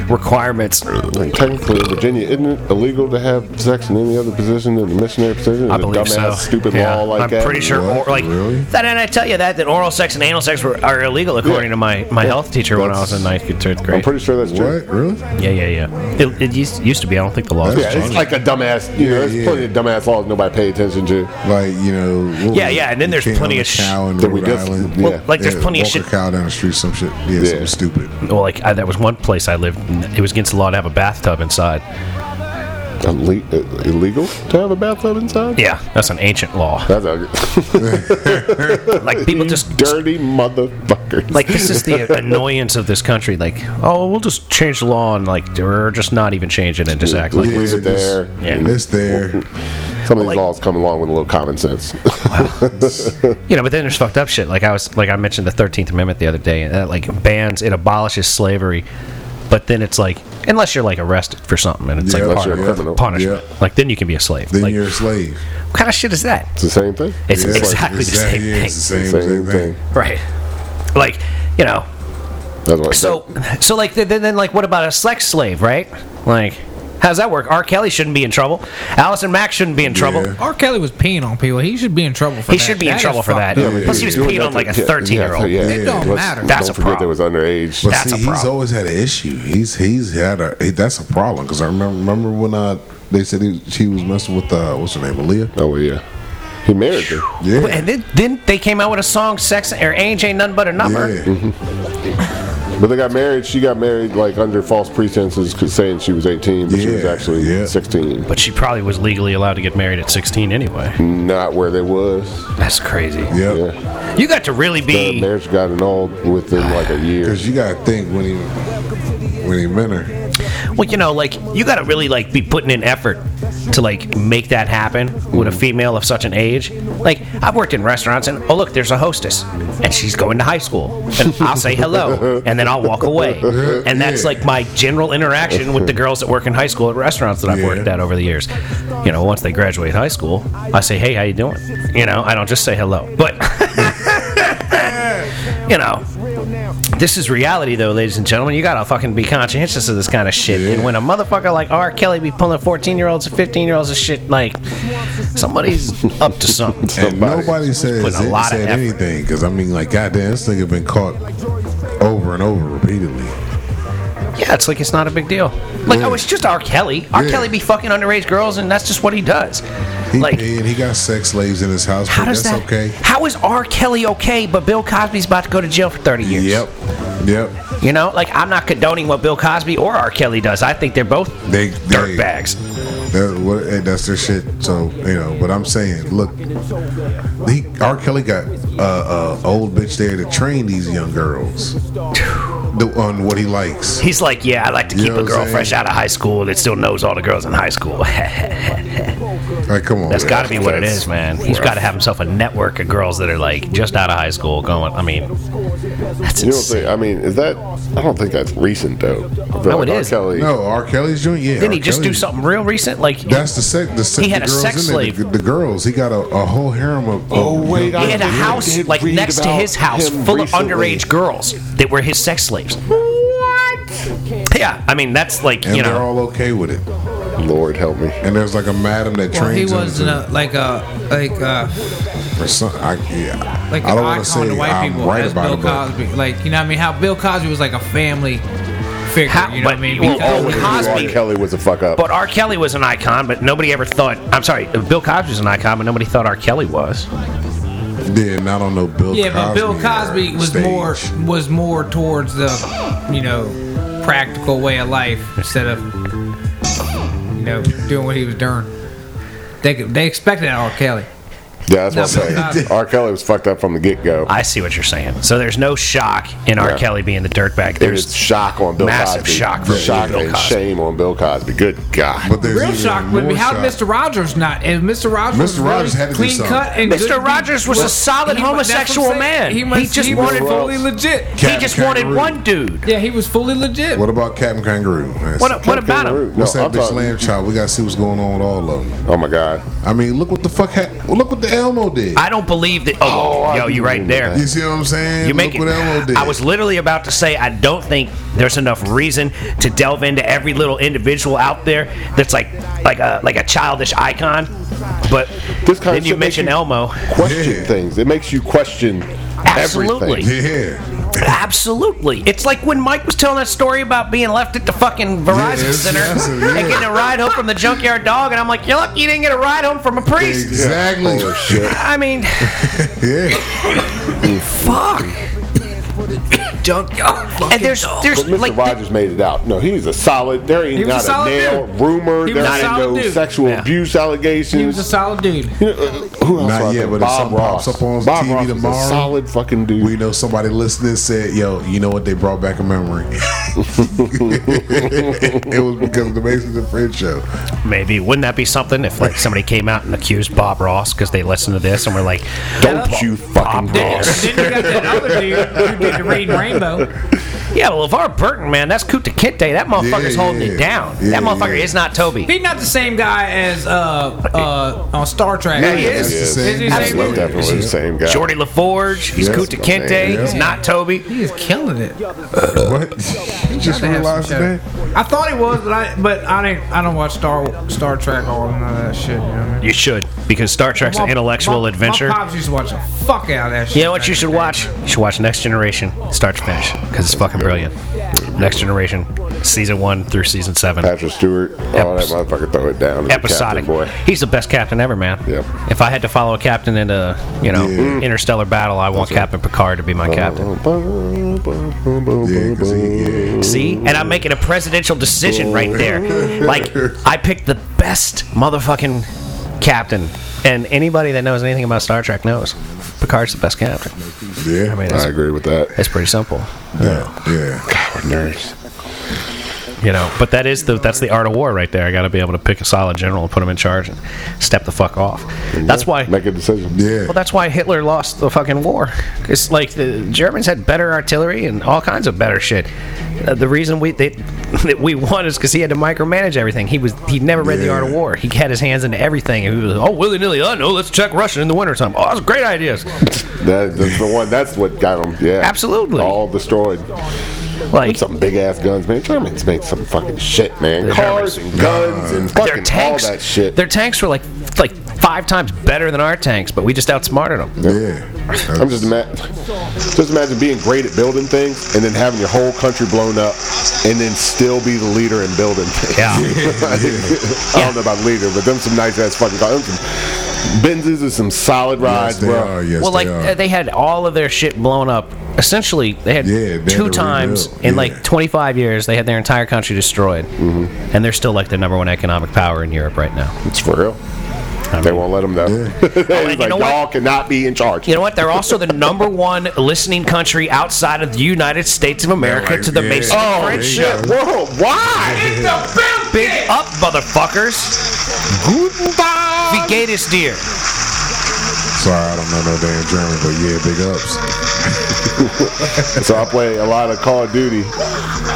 Speaker 1: requirements.
Speaker 2: Like technically, in Virginia, isn't it illegal to have sex in any other position than the missionary position?
Speaker 1: I
Speaker 2: Is it
Speaker 1: believe so.
Speaker 2: dumbass, Stupid
Speaker 1: Yeah.
Speaker 2: law like
Speaker 1: I'm
Speaker 2: that.
Speaker 1: pretty sure.
Speaker 3: What?
Speaker 1: Or, like
Speaker 3: Really?
Speaker 1: that, and I tell you that that oral sex and anal sex were, are illegal according to
Speaker 2: Yeah.
Speaker 1: my, my health teacher when I was in ninth and tenth
Speaker 2: I'm
Speaker 1: grade.
Speaker 2: pretty sure that's true.
Speaker 3: What? Really?
Speaker 1: yeah, yeah, yeah. It, it used, used to be. I don't think the law.
Speaker 2: Yeah,
Speaker 1: Yeah.
Speaker 2: it's like a dumbass. You know,
Speaker 3: Yeah,
Speaker 2: there's
Speaker 3: yeah.
Speaker 2: plenty of dumbass laws nobody pay attention to.
Speaker 3: Like, you know. what
Speaker 1: Yeah,
Speaker 3: was
Speaker 1: yeah,
Speaker 3: it?
Speaker 1: and then
Speaker 3: You
Speaker 1: there's
Speaker 3: can't
Speaker 1: plenty
Speaker 3: own a
Speaker 1: of sh-
Speaker 3: cow in
Speaker 2: That we
Speaker 3: Rhode
Speaker 2: just-
Speaker 3: Island.
Speaker 2: well,
Speaker 3: yeah.
Speaker 1: like, there's
Speaker 3: yeah,
Speaker 1: plenty of
Speaker 3: walk
Speaker 1: shit-
Speaker 3: a cow down the street, some shit.
Speaker 2: Yeah.
Speaker 3: Yeah,
Speaker 2: Mm-hmm.
Speaker 3: something stupid.
Speaker 1: Well, like I, that was one place I lived. and It was against the law to have a bathtub inside.
Speaker 2: Ille- uh, illegal to have a bathtub inside?
Speaker 1: Yeah, that's an ancient
Speaker 2: *laughs*
Speaker 1: law.
Speaker 2: That's ugly.
Speaker 1: Like people just
Speaker 2: Dirty motherfuckers.
Speaker 1: like this is the annoyance of this country. Like, oh, we'll just change the law and like we're just not even changing it. Just act like
Speaker 2: Yeah. leave it
Speaker 3: just-
Speaker 2: there.
Speaker 1: Yeah.
Speaker 3: It's there.
Speaker 2: some of these
Speaker 1: like-
Speaker 2: laws come along with a little common sense.
Speaker 1: you know. But then there's fucked up shit. Like I was like I mentioned the Thirteenth Amendment the other day. and That like bans it abolishes slavery, but then it's like unless you're like arrested for something and it's
Speaker 3: Yeah,
Speaker 1: like
Speaker 3: unless
Speaker 1: part
Speaker 2: you're
Speaker 1: of
Speaker 2: a criminal.
Speaker 1: punishment.
Speaker 3: Yeah.
Speaker 1: Like then you can be a slave.
Speaker 3: Then
Speaker 1: like
Speaker 3: you're a slave.
Speaker 1: what kind of shit is that?
Speaker 2: it's the same thing.
Speaker 1: It's
Speaker 3: Yeah,
Speaker 1: exactly
Speaker 3: it's
Speaker 1: the
Speaker 3: that-
Speaker 1: same
Speaker 3: yeah,
Speaker 1: thing,
Speaker 3: It's the same,
Speaker 2: Same
Speaker 3: same
Speaker 2: thing.
Speaker 3: thing.
Speaker 1: right? Like you know.
Speaker 2: That's what I
Speaker 1: So so like then then like what about a sex slave? Right? Like. How's that work? R. Kelly shouldn't be in trouble. Allison Mack shouldn't be in trouble.
Speaker 3: Yeah.
Speaker 4: R. Kelly was peeing on people. He should be in trouble for
Speaker 1: He
Speaker 4: that.
Speaker 1: should be in
Speaker 4: That
Speaker 1: trouble
Speaker 4: is
Speaker 1: for
Speaker 4: fucked
Speaker 1: that.
Speaker 4: up.
Speaker 2: said.
Speaker 1: Plus, he was
Speaker 2: Yeah,
Speaker 1: peeing on like a 13 year old.
Speaker 2: Yeah,
Speaker 4: It don't matter.
Speaker 1: That's a
Speaker 2: don't forget
Speaker 1: problem.
Speaker 2: That was underage.
Speaker 3: But
Speaker 1: That's
Speaker 3: see,
Speaker 1: a
Speaker 3: he's
Speaker 1: problem.
Speaker 3: always had an issue. He's he's had a he, that's a problem because I remember remember when uh they said he, she was messing with uh what's her name Aaliyah.
Speaker 2: oh well, yeah, he married her.
Speaker 3: Yeah,
Speaker 1: And then, then they came out with a song, "Sex or Age Ain't Nothing But a
Speaker 3: yeah.
Speaker 1: Number."
Speaker 2: Mm-hmm. But they got married. She got married like under false pretenses, 'cause saying she was 18, but she was
Speaker 3: Yeah,
Speaker 2: actually
Speaker 3: yeah.
Speaker 2: 16.
Speaker 1: But she probably was legally allowed to get married at 16 anyway.
Speaker 2: Not where they was.
Speaker 1: That's crazy.
Speaker 3: Yep.
Speaker 2: Yeah,
Speaker 1: You got to really
Speaker 2: the
Speaker 1: be.
Speaker 2: marriage got annulled within like a year.
Speaker 3: Because you gotta think when he when he met her.
Speaker 1: Well, you know, like you got to really like be putting in effort to like make that happen with a female of such an age. Like I've worked in restaurants, and oh look, there's a hostess, and she's going to high school, and I'll say hello, and then I'll walk away, and that's like my general interaction with the girls that work in high school at restaurants that I've
Speaker 3: Yeah.
Speaker 1: worked at over the years. You know, once they graduate high school, I say, hey, how you doing? You know, I don't just say hello, but *laughs* you know. This is reality, though, ladies and gentlemen. You gotta fucking be conscientious of this kind of shit. And when a motherfucker like R. Kelly be pulling 14 year olds and 15 year olds and shit, like, somebody's up to something.
Speaker 3: And nobody says
Speaker 1: Put a
Speaker 3: it-
Speaker 1: lot of
Speaker 3: said
Speaker 1: effort.
Speaker 3: anything because I mean like goddamn this nigga been caught over and over repeatedly.
Speaker 1: Yeah, it's like it's not a big deal. Like, oh, it's just R. Kelly. R.
Speaker 3: Yeah.
Speaker 1: Kelly be fucking underage girls, and that's just what he does.
Speaker 3: He
Speaker 1: like,
Speaker 3: paid, he got sex slaves in his house.
Speaker 1: how
Speaker 3: But
Speaker 1: does
Speaker 3: that's
Speaker 1: that?
Speaker 3: okay.
Speaker 1: How is R. Kelly okay, but Bill Cosby's about to go to jail for 30 years?
Speaker 3: Yep. Yep.
Speaker 1: You know, like, I'm not condoning what Bill Cosby or R. Kelly does. I think they're both
Speaker 3: They, they
Speaker 1: dirtbags.
Speaker 3: That, what, hey, that's their shit. So you know, but I'm saying, look, he, R. Kelly got uh, uh, old bitch there to train these young girls the, on what he likes.
Speaker 1: He's like, yeah, I like to
Speaker 3: You
Speaker 1: keep
Speaker 3: know
Speaker 1: a
Speaker 3: what
Speaker 1: girl
Speaker 3: I'm
Speaker 1: fresh
Speaker 3: saying?
Speaker 1: out of high school that still knows all the girls in high school.
Speaker 3: Like, come
Speaker 1: *laughs*
Speaker 3: on.
Speaker 1: That's
Speaker 3: man.
Speaker 1: got to be what it is, man. He's got to have himself a network of girls that are like just out of high school going. I mean, that's
Speaker 2: You know what
Speaker 1: insane.
Speaker 2: I'm I mean, is that? I don't think that's recent though. I feel
Speaker 1: No,
Speaker 2: like
Speaker 1: it
Speaker 2: R.
Speaker 1: is.
Speaker 2: Kelly.
Speaker 3: No, R. Kelly's joint. Yeah.
Speaker 1: Didn't
Speaker 3: R.
Speaker 1: he just do
Speaker 3: Kelly's-
Speaker 1: something real recent? Like
Speaker 3: That's the sex. The sex
Speaker 1: He had
Speaker 3: the
Speaker 1: a
Speaker 3: girls
Speaker 1: sex
Speaker 3: in there,
Speaker 1: slave.
Speaker 3: The, the girls. He got a, a whole harem of.
Speaker 2: Oh,
Speaker 3: of-
Speaker 2: wait, I
Speaker 1: he had a
Speaker 2: did-
Speaker 1: house
Speaker 2: did
Speaker 1: like
Speaker 2: read
Speaker 1: next to
Speaker 2: about
Speaker 1: his house
Speaker 2: him
Speaker 1: full
Speaker 2: recently.
Speaker 1: of underage girls that were his sex slaves. What? Yeah, I mean that's like
Speaker 3: and
Speaker 1: you
Speaker 3: they're
Speaker 1: know
Speaker 3: all okay with it.
Speaker 2: Lord help me.
Speaker 3: And there's like a madam that
Speaker 4: Well, he
Speaker 3: trains him
Speaker 4: was
Speaker 3: to-
Speaker 4: uh, like a like a
Speaker 3: or some- I, yeah,
Speaker 4: like
Speaker 3: I
Speaker 4: an
Speaker 3: don't want to
Speaker 4: icon
Speaker 3: say
Speaker 4: to white
Speaker 3: I'm
Speaker 4: people.
Speaker 3: right
Speaker 4: That's
Speaker 3: about
Speaker 4: Bill
Speaker 3: it, but
Speaker 4: Cosby. Like you know what I mean? How Bill Cosby was like a family figure.
Speaker 1: How-
Speaker 4: you know what
Speaker 1: but
Speaker 4: I mean?
Speaker 1: you
Speaker 4: Because-
Speaker 1: always-
Speaker 2: Always knew
Speaker 1: Cosby-
Speaker 2: R. Kelly was a fuck up.
Speaker 1: But R. Kelly was an icon, but nobody ever thought. I'm sorry, Bill Cosby was an icon, but nobody thought R. Kelly was.
Speaker 3: yeah, not on no Bill.
Speaker 4: yeah, but Bill Cosby
Speaker 3: or
Speaker 4: was
Speaker 3: stage.
Speaker 4: more was more towards the you know practical way of life instead of you know doing what he was doing. They they expected that R. Kelly.
Speaker 2: yeah, that's what
Speaker 4: No,
Speaker 2: I'm
Speaker 4: but-
Speaker 2: saying.
Speaker 3: *laughs*
Speaker 2: R. Kelly was fucked up from the get go.
Speaker 1: I see what you're saying. So there's no shock in R.
Speaker 2: Yeah.
Speaker 1: Kelly being the dirtbag.
Speaker 2: There's
Speaker 1: There's
Speaker 2: shock on Bill
Speaker 1: massive
Speaker 2: Cosby.
Speaker 1: shock for
Speaker 2: shock
Speaker 1: Bill
Speaker 2: and
Speaker 1: Cosby.
Speaker 2: shame on Bill Cosby. Good God.
Speaker 3: But there's
Speaker 4: Real
Speaker 3: even
Speaker 4: shock would be
Speaker 3: more
Speaker 4: how did Mr.
Speaker 3: shock.
Speaker 4: Rogers not. If Mr. Rogers, was
Speaker 3: Mr. Rogers
Speaker 4: really
Speaker 3: had to do
Speaker 4: clean
Speaker 3: something.
Speaker 4: cut and
Speaker 1: Mr.
Speaker 4: good to be-
Speaker 1: Rogers was a solid
Speaker 4: he mu- that's what I'm
Speaker 1: homosexual
Speaker 4: saying.
Speaker 1: man.
Speaker 4: He,
Speaker 1: He
Speaker 4: must,
Speaker 1: just
Speaker 4: he
Speaker 1: wanted-
Speaker 4: was fully legit.
Speaker 1: he just wanted
Speaker 3: Kangaroo.
Speaker 1: one dude.
Speaker 4: Yeah, he was fully legit.
Speaker 3: What about Captain Kangaroo? That's-
Speaker 1: What, what about him?
Speaker 2: Kangaroo.
Speaker 3: What's
Speaker 2: No,
Speaker 3: that
Speaker 2: I'm
Speaker 3: bitch
Speaker 2: talking-
Speaker 3: lamb chop? We gotta see what's going on with all of them.
Speaker 2: Oh my God.
Speaker 3: I mean, look what the fuck. Ha- well, look what the Elmo did.
Speaker 1: I don't believe that.
Speaker 2: Oh,
Speaker 1: Oh,
Speaker 2: I
Speaker 1: yo,
Speaker 2: do
Speaker 1: you right
Speaker 2: remember
Speaker 1: there.
Speaker 3: you see what I'm saying?
Speaker 1: You make
Speaker 3: look
Speaker 1: it.
Speaker 3: what Elmo did.
Speaker 1: I was literally about to say I don't think there's enough reason to delve into every little individual out there that's like like a like a childish icon. But
Speaker 2: This kind
Speaker 1: then
Speaker 2: of
Speaker 1: you
Speaker 2: shit makes
Speaker 1: mention
Speaker 2: you-
Speaker 1: Elmo.
Speaker 2: Question
Speaker 3: Yeah.
Speaker 2: things. It makes you question
Speaker 1: Absolutely.
Speaker 2: everything.
Speaker 3: Yeah.
Speaker 1: Absolutely. It's like when Mike was telling that story about being left at the fucking Verizon
Speaker 3: it's
Speaker 1: Center
Speaker 3: massive, yeah.
Speaker 1: and getting a ride home from the junkyard dog, and I'm like, you're lucky you didn't get a ride home from a priest.
Speaker 3: Exactly.
Speaker 2: Holy Oh, shit.
Speaker 1: I mean,
Speaker 3: *laughs* Yeah.
Speaker 1: fuck. junkyard. And there's there's
Speaker 2: But Mr.
Speaker 1: like
Speaker 2: Rogers made it out. No, he's a solid. There ain't
Speaker 4: He was a
Speaker 2: not a,
Speaker 4: solid
Speaker 2: nail
Speaker 4: dude.
Speaker 2: rumor.
Speaker 4: He
Speaker 2: There
Speaker 4: was a
Speaker 2: ain't
Speaker 4: solid
Speaker 2: no
Speaker 4: dude.
Speaker 2: sexual
Speaker 1: Yeah.
Speaker 2: abuse
Speaker 4: He was a
Speaker 2: allegations.
Speaker 4: solid
Speaker 3: *laughs*
Speaker 4: dude.
Speaker 2: You know, uh, who else?
Speaker 3: Not
Speaker 2: was I
Speaker 3: yet,
Speaker 2: thinking?
Speaker 3: but if
Speaker 2: Bob
Speaker 3: something
Speaker 2: Ross.
Speaker 3: pops up on
Speaker 2: Bob
Speaker 3: TV
Speaker 2: Ross is
Speaker 3: tomorrow,
Speaker 2: a solid fucking dude.
Speaker 3: We know somebody listening said, yo, you know what? They brought back a memory. *laughs* it was because of the Masons and Friends show.
Speaker 1: Maybe wouldn't that be something if like somebody came out and accused Bob Ross because they listened to this and were like,
Speaker 2: Don't you fucking dare.
Speaker 4: then you got that other dude who did the Reading Rainbow.
Speaker 1: "Yeah, well, LeVar Burton, man, that's Kuta Kinte. That motherfucker's
Speaker 3: Yeah,
Speaker 1: holding
Speaker 3: yeah.
Speaker 1: it down.
Speaker 3: Yeah,
Speaker 1: that motherfucker
Speaker 3: yeah.
Speaker 1: is not Toby."
Speaker 4: He's not the same guy as uh uh on Star Trek.
Speaker 1: Yeah, he is.
Speaker 3: It's
Speaker 2: Yeah.
Speaker 4: Is he the
Speaker 2: I
Speaker 4: same
Speaker 2: love
Speaker 4: dude?
Speaker 2: that for the same guy.
Speaker 1: Jordy LaForge, he's
Speaker 3: Yes,
Speaker 1: Kuta
Speaker 2: my man.
Speaker 1: Kinte.
Speaker 3: Yeah.
Speaker 1: He's not Toby.
Speaker 4: He is killing it.
Speaker 2: Uh,
Speaker 3: What? You just
Speaker 4: Gotta have some
Speaker 3: realized
Speaker 4: show.
Speaker 3: that?
Speaker 4: I thought he was, but I but I didn't. I don't watch Star Star Trek or none of that shit. You know what I mean?
Speaker 1: You should because Star Trek's an
Speaker 4: My-
Speaker 1: intellectual
Speaker 4: my-
Speaker 1: adventure.
Speaker 4: My pops used to watch the fuck out of that shit.
Speaker 1: You know what
Speaker 4: back
Speaker 1: you
Speaker 4: in
Speaker 1: should
Speaker 4: the day.
Speaker 1: watch? You should watch Next Generation, start to finish, because it's fucking brilliant. Next Generation, season one through season seven.
Speaker 2: Patrick Stewart. Oh, that
Speaker 1: Epis-
Speaker 2: motherfucker throw it down. to the captain,
Speaker 1: episodic.
Speaker 2: boy.
Speaker 1: He's the best captain ever, man.
Speaker 2: Yep. Mm.
Speaker 1: If I had to follow a captain in a you know interstellar battle, I want Captain Picard to be
Speaker 2: Oh.
Speaker 1: my captain.
Speaker 3: Yeah, 'cause he- yeah.
Speaker 1: See, and I'm making a presidential decision right
Speaker 2: Oh.
Speaker 1: there. Like I picked the best motherfucking captain, and anybody that knows anything about Star Trek knows Picard's the best captain.
Speaker 3: Yeah.
Speaker 1: I mean,
Speaker 2: I
Speaker 1: it's,
Speaker 2: agree with that.
Speaker 1: it's pretty simple,
Speaker 3: yeah. Yeah.
Speaker 2: Nerds.
Speaker 1: you know. But that is the that's the art of war right there. I got to be able to pick a solid general and put him in charge and step the fuck off. That's why
Speaker 2: Mm-hmm. Make a decision.
Speaker 3: Yeah.
Speaker 1: Well, that's why Hitler lost the fucking war. It's like the Germans had better artillery and all kinds of better shit. Uh, the reason we they, *laughs* that we won is because he had to micromanage everything. He was he never read the
Speaker 3: Yeah.
Speaker 1: art of war. He had his hands into everything. And he was oh willy nilly. Oh no, let's check Russia in the wintertime. Oh, that's great ideas.
Speaker 2: That, that's the one. That's what got him. Yeah.
Speaker 1: Absolutely.
Speaker 2: All destroyed.
Speaker 1: Like
Speaker 2: Some big ass guns, man. Germans make some fucking shit, man. Cars and guns and
Speaker 1: their
Speaker 2: fucking
Speaker 1: tanks,
Speaker 2: all that shit.
Speaker 1: their tanks were like like five times better than our tanks, but we just outsmarted them.
Speaker 3: yeah.
Speaker 2: I'm just ima- just imagine being great at building things and then having your whole country blown up and then still be the leader in building things.
Speaker 1: Yeah.
Speaker 2: Like, *laughs* I don't know about leader, but them some nice ass fucking cars. Them some Benzes and some solid
Speaker 3: Yes,
Speaker 2: rides,
Speaker 3: they
Speaker 2: bro.
Speaker 3: are. Yes,
Speaker 1: well, like
Speaker 3: they
Speaker 1: uh,
Speaker 3: are.
Speaker 1: they, had all of their shit blown up. Essentially, they had
Speaker 3: Yeah, they had to
Speaker 1: two
Speaker 3: rebuild.
Speaker 1: times in
Speaker 3: Yeah. Mm-hmm.
Speaker 1: like 25 years. They had their entire country destroyed, and they're still like the number one economic power in Europe right now.
Speaker 2: It's for real. *laughs* they won't let them know. It's
Speaker 1: Oh, you
Speaker 2: like,
Speaker 1: know what?
Speaker 2: y'all cannot be in charge.
Speaker 1: You know what? They're also the number one listening country outside of the United States of America
Speaker 3: like,
Speaker 1: to the
Speaker 3: yeah.
Speaker 1: Mason
Speaker 3: Oh,
Speaker 1: and French
Speaker 3: there you
Speaker 1: shit.
Speaker 3: go.
Speaker 2: Whoa, why?
Speaker 3: *laughs*
Speaker 1: Big up, motherfuckers! Guten Tag! wie geht es dir?
Speaker 3: Sorry, I don't know no damn German, but yeah, big ups.
Speaker 2: so I play a lot of Call of Duty,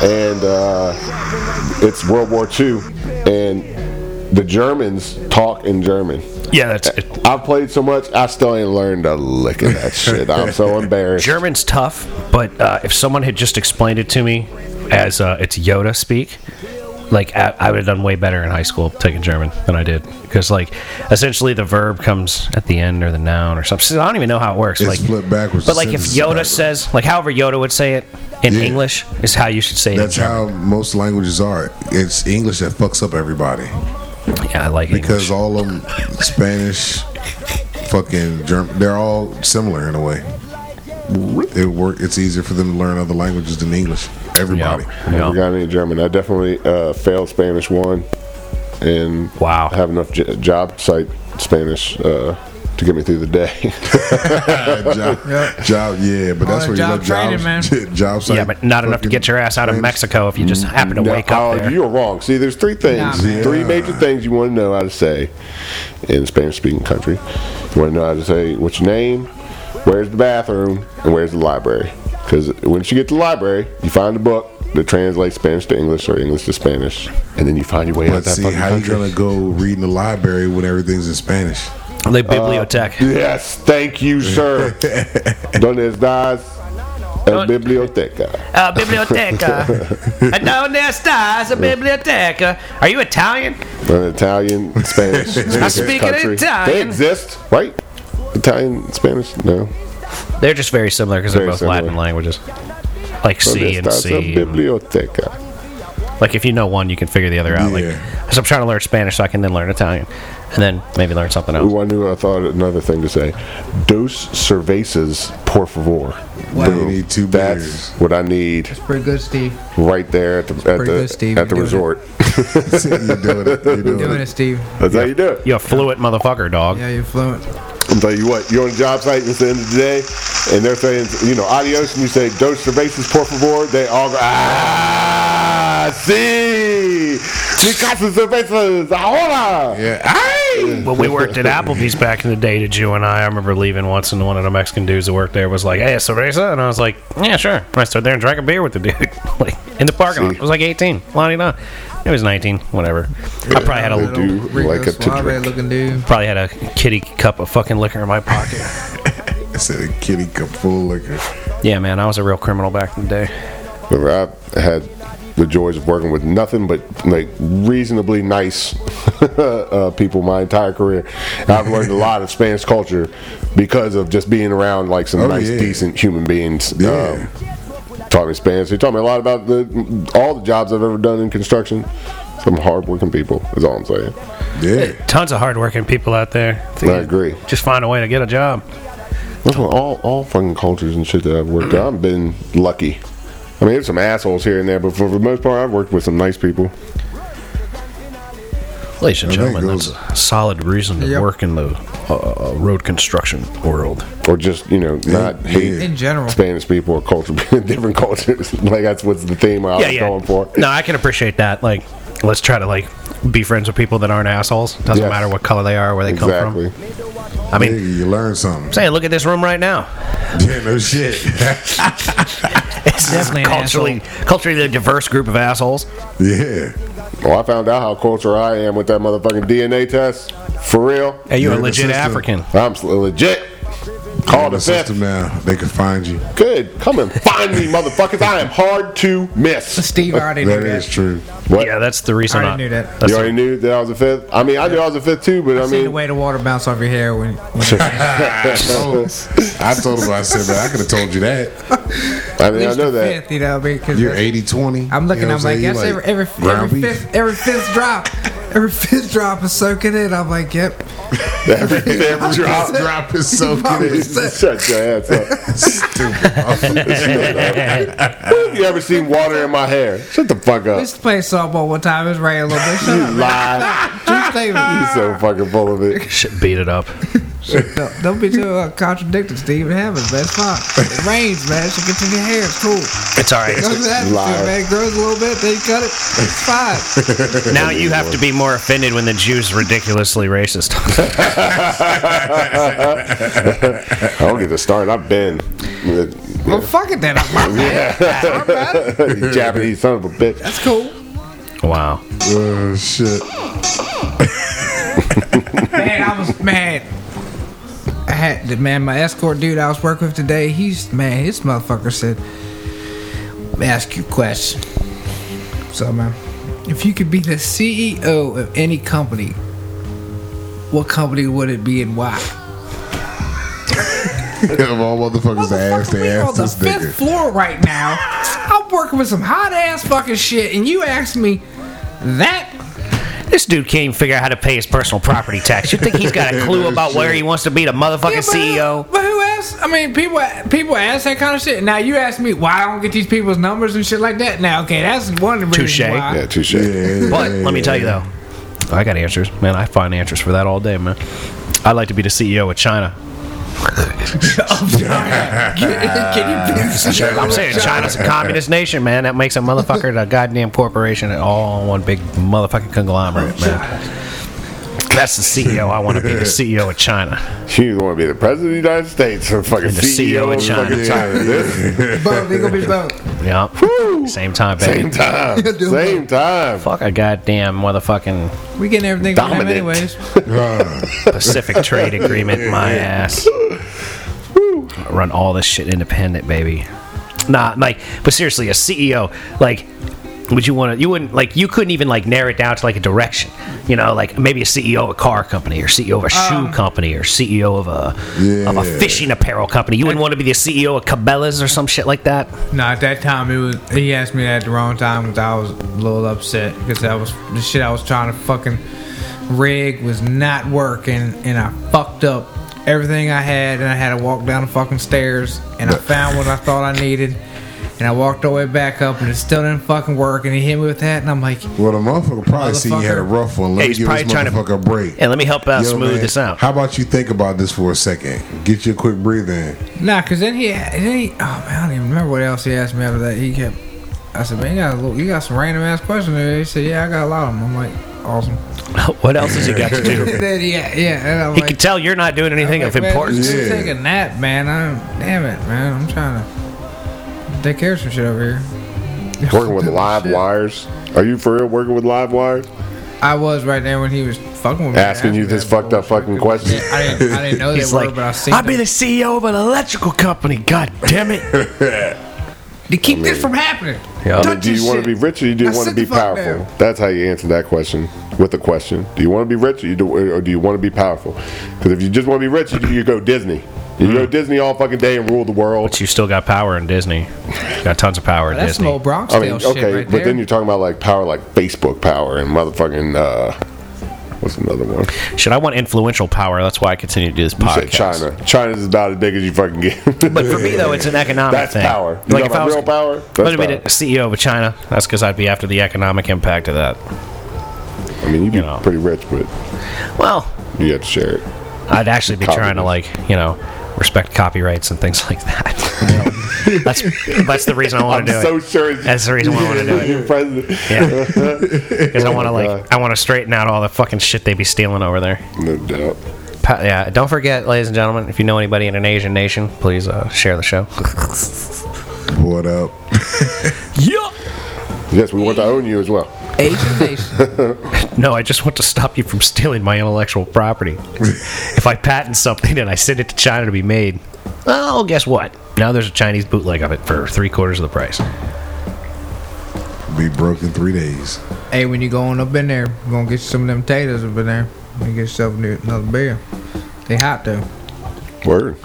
Speaker 2: and uh, it's World War II, and the Germans talk in German.
Speaker 1: Yeah, that's it.
Speaker 2: I've played so much, I still ain't learned a lick of that shit.
Speaker 1: *laughs*
Speaker 2: I'm so embarrassed.
Speaker 1: German's tough, but uh, if someone had just explained it to me as uh, it's Yoda speak, like I, I would have done way better in high school taking German than I did because like essentially the verb comes at the end or the noun or something. So I don't even know how it works.
Speaker 3: It's
Speaker 1: like
Speaker 3: flipped backwards.
Speaker 1: But
Speaker 3: the
Speaker 1: like if
Speaker 3: sentence is
Speaker 1: Yoda
Speaker 3: backwards.
Speaker 1: says, like however Yoda would say it in
Speaker 3: Yeah.
Speaker 1: English is how you should say
Speaker 3: That's
Speaker 1: it. in
Speaker 3: how most languages are. It's English that fucks up everybody
Speaker 1: German. yeah, I like English.
Speaker 3: because all of them, Spanish, fucking German, they're all similar in a way. It work. It's easier for them to learn other languages than English. Everybody.
Speaker 1: Yeah.
Speaker 2: I got any German. I definitely uh, failed Spanish one, and
Speaker 1: Wow.
Speaker 2: I have enough j- job site Spanish uh, to get me through
Speaker 1: *laughs*
Speaker 2: the day. *laughs*
Speaker 4: *laughs*
Speaker 3: job, job, yeah, but that's
Speaker 4: Oh,
Speaker 3: where you
Speaker 4: job
Speaker 3: love
Speaker 4: training,
Speaker 3: jobs.
Speaker 4: man.
Speaker 3: *laughs* job site
Speaker 1: yeah, but not enough to
Speaker 3: fucking
Speaker 1: get your ass out of
Speaker 3: Spanish.
Speaker 1: Mexico if you just happen to
Speaker 2: No,
Speaker 1: wake up
Speaker 2: oh,
Speaker 1: there.
Speaker 2: You are wrong. See, there's three things,
Speaker 4: Nah, man.
Speaker 2: three major things you want to know how to say in a Spanish-speaking country. You want to know how to say what's your name, where's the bathroom, and where's the library. Because once you get to the library, you find a book that translates Spanish to English or English to Spanish, and then you find your way out
Speaker 3: But
Speaker 2: that
Speaker 3: see,
Speaker 2: fucking
Speaker 3: how you
Speaker 2: country.
Speaker 3: gonna go read in the library when everything's in Spanish? uh,
Speaker 1: Like bibliotech.
Speaker 2: Yes, thank you, sir. Donde estás? En
Speaker 1: Don't-
Speaker 2: biblioteca.
Speaker 1: Uh,
Speaker 2: *laughs*
Speaker 1: biblioteca. Uh, Down there stars a biblioteca. Are you Italian?
Speaker 2: An Italian,
Speaker 1: *laughs*
Speaker 2: Spanish. I
Speaker 1: speak in Italian.
Speaker 2: They exist, right? Italian, Spanish? No.
Speaker 1: They're just very similar because they're
Speaker 2: Very
Speaker 1: both
Speaker 2: similar.
Speaker 1: Latin languages. Like C and
Speaker 2: Donde estás en
Speaker 1: C.
Speaker 2: biblioteca.
Speaker 1: Like if you know one, you can figure the other out. Like,
Speaker 3: Yeah.
Speaker 1: so I'm trying to learn Spanish so I can then learn Italian, and then maybe learn something else.
Speaker 2: Ooh, I knew I thought of another thing to say. Dos cervezas, por favor.
Speaker 4: Wow.
Speaker 3: You need two
Speaker 2: That's what I need
Speaker 4: Pretty good, Steve.
Speaker 2: right there at the at
Speaker 4: pretty
Speaker 2: the,
Speaker 4: good, Steve.
Speaker 2: at the
Speaker 4: You're doing
Speaker 2: resort.
Speaker 3: beers. *laughs* you're doing it. You're doing,
Speaker 4: Doing
Speaker 3: it.
Speaker 4: it, Steve.
Speaker 2: That's how you do it.
Speaker 1: You're a fluent motherfucker, dog.
Speaker 4: Yeah, you're fluent.
Speaker 2: I'm telling you what, you're on a job site, it's the end of the day, and they're saying, you know, adios, and you say, dos cervezas, por favor. They all go, ah, sí. Chicas y cervezas, ahora.
Speaker 3: Yeah. Aye!
Speaker 1: When we worked at Applebee's back in the day, did you and I? I remember leaving once, and one of the Mexican dudes that worked there was like, "Hey, a cerveza," and I was like, "Yeah, sure." And I stood there and drank a beer with the dude, *laughs* like in the parking lot. I was like 18, Lonnie, no, it was 19, whatever. I probably had a
Speaker 2: do like a to drink.
Speaker 4: looking dude.
Speaker 1: probably had a kitty cup of fucking liquor in my pocket.
Speaker 3: I said a kitty cup full of liquor.
Speaker 1: yeah, man, I was a real criminal back in the day.
Speaker 2: Remember, I had the joys of working with nothing but like reasonably nice *laughs* uh, people my entire career. And I've learned a lot of Spanish culture because of just being around like some
Speaker 3: Oh,
Speaker 2: nice,
Speaker 3: yeah.
Speaker 2: decent human beings.
Speaker 3: Yeah.
Speaker 2: Um, taught me Spanish. He taught me a lot about the all the jobs I've ever done in construction. Some hardworking people is all I'm saying.
Speaker 3: Yeah.
Speaker 1: Tons of hardworking people out there.
Speaker 2: I agree.
Speaker 1: Just find a way to get a job.
Speaker 2: That's what all all fucking cultures and shit that I've worked. I've been lucky. I mean, there's some assholes here and there, but for the most part, I've worked with some nice people.
Speaker 1: Ladies and
Speaker 3: There
Speaker 1: gentlemen,
Speaker 3: goes-
Speaker 1: that's a solid reason to
Speaker 4: Yep.
Speaker 1: work in the uh, uh, road construction world.
Speaker 2: or just you know not
Speaker 3: Yeah.
Speaker 2: hate
Speaker 4: In general.
Speaker 2: Spanish people or culture *laughs* different cultures. *laughs* like that's what's the theme I was going for.
Speaker 1: No, I can appreciate that. Like, let's try to like be friends with people that aren't assholes. Doesn't
Speaker 2: Yes.
Speaker 1: matter what color they are, where they
Speaker 2: Exactly.
Speaker 1: come from. I mean,
Speaker 3: Yeah, you learn something. *laughs*
Speaker 1: saying, look at this room right now.
Speaker 3: Yeah,
Speaker 1: *laughs*
Speaker 3: no shit.
Speaker 1: It's
Speaker 4: Definitely an
Speaker 1: culturally culturally diverse group of assholes.
Speaker 3: yeah.
Speaker 2: Well, I found out how cultured I am with that motherfucking DNA test. For real,
Speaker 1: Hey, you're
Speaker 3: You're
Speaker 1: a
Speaker 3: the
Speaker 1: legit
Speaker 3: system.
Speaker 1: African.
Speaker 2: I'm s- legit. Call
Speaker 3: the
Speaker 2: the
Speaker 3: system
Speaker 2: fifth.
Speaker 3: now. They can find you.
Speaker 2: Good, come and find
Speaker 3: *laughs*
Speaker 2: me, motherfuckers. I am hard to miss.
Speaker 4: Steve already knew
Speaker 3: That is
Speaker 1: *laughs*
Speaker 4: that.
Speaker 3: true.
Speaker 2: What?
Speaker 1: Yeah, that's the reason.
Speaker 4: I already knew that.
Speaker 1: that's
Speaker 2: you already knew that I was a fifth. I mean, I knew I was a fifth too, but I,
Speaker 4: I seen the
Speaker 2: mean,
Speaker 4: way the water bounce off your hair when. when
Speaker 3: I told, I told him. I said, man, I could have told you that.
Speaker 2: I mean, I know that.
Speaker 4: Fifth, you know, because
Speaker 3: You're 80 20.
Speaker 4: I'm looking. I'm like, yes, every every, every *laughs* fifth, every fifth drop, every fifth drop is soaking in. I'm like, yep.
Speaker 2: Every, every drop.
Speaker 3: Drop, drop is
Speaker 4: *laughs* He
Speaker 3: so
Speaker 4: probably
Speaker 3: good.
Speaker 4: said-
Speaker 2: *laughs* Shut your ass up.
Speaker 3: Stupid.
Speaker 2: you ever seen water in my hair? Shut the fuck
Speaker 4: We
Speaker 2: up.
Speaker 4: used to play softball one time. It was *laughs* raining a little bit. Shut
Speaker 2: You
Speaker 4: up, man.
Speaker 2: lie.
Speaker 4: Just say it.
Speaker 2: He's so fucking full of it.
Speaker 1: Shit, beat it up.
Speaker 4: Shit, don't, don't be too uh, contradicting, Steve. It happens, man. It's fine. It rains, man. Shit gets in your hair. It's cool.
Speaker 1: It's all
Speaker 2: *laughs*
Speaker 4: That's
Speaker 1: right.
Speaker 4: what happens to
Speaker 2: Liar.
Speaker 4: it, man. It grows a little bit, then you cut it. It's fine.
Speaker 1: Now you have to be more offended when the Jews ridiculously racist.
Speaker 2: I don't get to start. I've been *laughs*
Speaker 4: well, fuck it then. I'm, *laughs* I'm mad.
Speaker 2: Japanese son of a bitch.
Speaker 4: That's cool.
Speaker 1: *laughs* wow.
Speaker 3: *laughs* Oh shit!
Speaker 4: Man, I was mad. I had to, man, my escort dude I was working with today. He's man, his motherfucker said, "Let me "Ask you a question." So, man, if you could be the CEO of any company, what company would it be and why?
Speaker 3: of all motherfuckers to ask,
Speaker 4: Motherfucker,
Speaker 3: they
Speaker 4: we on
Speaker 3: ask
Speaker 4: the
Speaker 3: this
Speaker 4: fifth
Speaker 3: nigga.
Speaker 4: floor right now. I'm working with some hot ass fucking shit, and you asked me that
Speaker 1: This dude can't even figure out how to pay his personal property tax. You think he's got a clue about where he wants to be the motherfucking E
Speaker 4: Who,
Speaker 1: CEO?
Speaker 4: but who asked? I mean, people people ask that kind of shit. Now you ask me why I don't get these people's numbers and shit like that. Now, okay, that's one reason
Speaker 1: Touche.
Speaker 4: why.
Speaker 2: Yeah, touche.
Speaker 4: *laughs*
Speaker 3: Yeah,
Speaker 1: But let me tell you though, I got answers, man. I find answers for that all day, man. I'd like to be the CEO of China.
Speaker 4: Can you please shut
Speaker 1: I'm saying China's a communist nation, man. That makes a motherfucker a goddamn corporation and all one big motherfucking conglomerate, man. That's the CEO I want to be. The CEO of China.
Speaker 2: You want to be the president of the United States or fucking
Speaker 1: the
Speaker 2: CEO,
Speaker 1: CEO
Speaker 2: of
Speaker 1: of China.
Speaker 2: fucking China? This-
Speaker 4: both? They gonna be both.
Speaker 1: Yeah. Same time, baby.
Speaker 2: Same *laughs* time.
Speaker 4: Dude.
Speaker 2: Same time.
Speaker 1: Fuck a goddamn motherfucking
Speaker 4: We getting everything from them
Speaker 2: Dominant.
Speaker 4: anyways.
Speaker 1: Pacific
Speaker 3: *laughs*
Speaker 1: Trade Agreement, my ass. Run all this shit independent, baby. Nah, like, but seriously, a CEO, like, would you want to? You wouldn't like. You couldn't even like narrow it down to like a direction. You know, like maybe a CEO of a car company, or CEO of a
Speaker 4: Um.
Speaker 1: shoe company, or CEO of a of a
Speaker 3: Yeah.
Speaker 1: fishing apparel company. You wouldn't want to be the CEO of Cabela's or some shit like that.
Speaker 4: No, at that time it was. He asked me that at the wrong time because I was a little upset because that was the shit I was trying to fucking rig was not working, and I fucked up everything I had, and I had to walk down the fucking stairs, and I found what I thought I needed, and I walked all the way back up, and it still didn't fucking work, and he hit me with that, and I'm like,
Speaker 3: Well, the motherfucker probably see you had a rough one.
Speaker 1: Yeah,
Speaker 3: Let me
Speaker 1: he's
Speaker 3: give
Speaker 1: probably
Speaker 3: this
Speaker 1: trying to-
Speaker 3: motherfucker a break.
Speaker 1: And let me help out
Speaker 3: Yo,
Speaker 1: smooth
Speaker 3: man,
Speaker 1: this out.
Speaker 3: How about you think about this for a second? Get you a quick breathe in.
Speaker 4: Nah, cause then he, then he, oh man, I don't even remember what else he asked me after that. He kept, I said, man, you got a little, you got some random ass questions. there." He said, yeah, I got a lot of them. I'm like, awesome.
Speaker 1: *laughs* what else has he got to
Speaker 3: *laughs*
Speaker 1: do?
Speaker 4: *laughs* then, yeah, yeah, and I'm
Speaker 1: He
Speaker 4: like,
Speaker 1: can tell you're not doing anything of
Speaker 4: Like, man,
Speaker 1: importance.
Speaker 4: just
Speaker 3: Yeah.
Speaker 4: Take a nap, man. I'm damn it, man. I'm trying to take care of some shit over here.
Speaker 2: Working with
Speaker 4: *laughs*
Speaker 2: live
Speaker 4: Shit.
Speaker 2: wires. Are you for real working with live wires?
Speaker 4: I was right there when he was fucking with me.
Speaker 2: Asking you
Speaker 4: After
Speaker 2: this
Speaker 4: that
Speaker 2: fucked up
Speaker 4: bullshit.
Speaker 2: fucking question?
Speaker 4: I didn't, I didn't know
Speaker 1: *laughs* He's
Speaker 4: they were,
Speaker 1: like,
Speaker 4: but I seen.
Speaker 1: I'll be the
Speaker 4: them.
Speaker 1: CEO of an electrical company. God damn it!
Speaker 4: to keep this from happening.
Speaker 1: Yeah. I mean,
Speaker 2: I mean, do you want to be rich or you do
Speaker 4: Now
Speaker 2: want to
Speaker 4: sit
Speaker 2: be
Speaker 4: the fuck down.
Speaker 2: powerful? That's how you answer that question with a question. Do you want to be rich or, you do, or do you want to be powerful? Because if you just want to be rich, you, you go Disney. You go
Speaker 1: Hmm.
Speaker 2: Disney all fucking day and rule the world.
Speaker 1: But *laughs* you still got power in Disney. got tons of power in
Speaker 4: That's
Speaker 1: Disney.
Speaker 4: some old Bronx
Speaker 2: I
Speaker 4: Tale
Speaker 2: mean,
Speaker 4: shit
Speaker 2: okay,
Speaker 4: right
Speaker 2: but
Speaker 4: there.
Speaker 2: then you're talking about like power, like Facebook power and motherfucking uh, what's another one?
Speaker 1: Should I want influential power? That's why I continue to do this
Speaker 2: You said
Speaker 1: podcast.
Speaker 2: China. China's about as big as you fucking get.
Speaker 1: But for me though, it's an economic
Speaker 2: That's
Speaker 1: thing.
Speaker 2: power. You know about real power? That's
Speaker 1: But I'd be the
Speaker 2: power.
Speaker 1: CEO of China. That's because I'd be after the economic impact of that.
Speaker 2: *laughs* I mean, you'd be
Speaker 1: You know.
Speaker 2: pretty rich, but
Speaker 1: Well,
Speaker 2: you have to share it.
Speaker 1: I'd actually be
Speaker 2: Copy
Speaker 1: trying to
Speaker 2: this.
Speaker 1: like you know respect copyrights and things like that. *laughs* You know, that's that's the reason I want
Speaker 2: I'm
Speaker 1: to do
Speaker 2: so
Speaker 1: it.
Speaker 2: sure.
Speaker 1: That's the reason why I wanna do it.
Speaker 2: You're *laughs* president.
Speaker 1: Yeah,
Speaker 2: *laughs*
Speaker 1: *laughs* because I want to
Speaker 2: Oh my
Speaker 1: like I want to straighten out all the fucking shit they be stealing over there.
Speaker 2: No doubt.
Speaker 1: Pa- yeah, don't forget, ladies and gentlemen, if you know anybody in an Asian nation, please uh, share the show.
Speaker 3: What up?
Speaker 2: Yes, we want to own you as well. *laughs*
Speaker 4: Asian nation.
Speaker 1: no, I just want to stop you from stealing my intellectual property. if I patent something and I send it to China to be made, well, guess what? Now there's a Chinese bootleg of it for three quarters of the price.
Speaker 3: Be broke in three days.
Speaker 4: hey, when you going up in there, you gonna get you some of them potatoes up in there. You get yourself a new- another beer. They hot though.
Speaker 2: Word.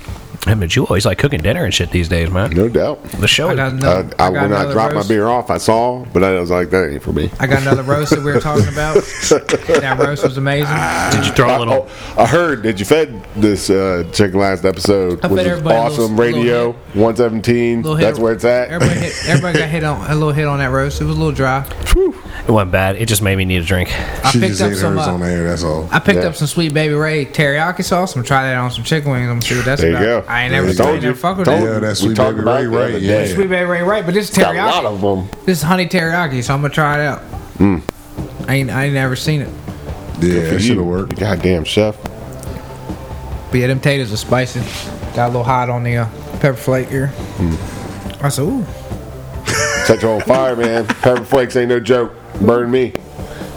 Speaker 1: I mean, you always like cooking dinner and shit these days, man.
Speaker 2: No doubt.
Speaker 1: The show
Speaker 4: I
Speaker 1: is
Speaker 4: got
Speaker 2: Uh, I,
Speaker 4: another.
Speaker 2: I,
Speaker 4: got
Speaker 2: when I
Speaker 4: another
Speaker 2: dropped
Speaker 4: roast.
Speaker 2: my beer off, I saw, but I was like, that ain't for me.
Speaker 4: I got another roast that we were talking
Speaker 2: *laughs*
Speaker 4: about. that roast was amazing.
Speaker 2: Ah,
Speaker 4: I
Speaker 1: Did you throw a
Speaker 2: I,
Speaker 1: little?
Speaker 2: oh, I heard that you fed this uh, chick last episode,
Speaker 4: I fed
Speaker 2: which is
Speaker 4: everybody a little-
Speaker 2: awesome.
Speaker 4: little
Speaker 2: Radio
Speaker 4: hit.
Speaker 2: 117.
Speaker 4: Little hit-
Speaker 2: That's where it's at. *laughs*
Speaker 1: Oh,
Speaker 4: Everybody, hit, everybody got hit on a little hit on that roast. It was a little dry.
Speaker 1: It wasn't bad. It just made me need a drink.
Speaker 4: I
Speaker 3: She
Speaker 4: picked
Speaker 3: just
Speaker 4: up
Speaker 3: ate
Speaker 4: some.
Speaker 3: hers on
Speaker 4: Uh,
Speaker 3: air. That's all.
Speaker 4: I picked
Speaker 2: Yeah.
Speaker 4: up some sweet baby Ray teriyaki sauce. I'm gonna try that on some chicken wings. I'm gonna see what that's
Speaker 2: There you
Speaker 4: about.
Speaker 2: go.
Speaker 4: I ain't never,
Speaker 2: I
Speaker 4: I
Speaker 2: told
Speaker 4: ain't
Speaker 2: you.
Speaker 4: never fuck with
Speaker 2: Told
Speaker 4: that.
Speaker 3: Yeah, that's
Speaker 2: We
Speaker 3: sweet
Speaker 2: talked
Speaker 3: baby
Speaker 2: about
Speaker 3: Ray,
Speaker 2: it the other
Speaker 3: right?
Speaker 2: day.
Speaker 3: Yeah.
Speaker 4: Sweet baby Ray, right? But this is
Speaker 2: Got
Speaker 4: teriyaki.
Speaker 2: a lot of Hmm. them.
Speaker 4: This is honey teriyaki, so I'm gonna try it out. I ain't I ain't never seen it.
Speaker 3: Yeah, it should have worked.
Speaker 2: Goddamn chef.
Speaker 4: But yeah, them taters are spicy. Got a little hot on the uh, pepper flake here.
Speaker 2: Hmm.
Speaker 4: I said, ooh.
Speaker 2: Set you on fire, man. Pepper flakes ain't no joke. Burn me.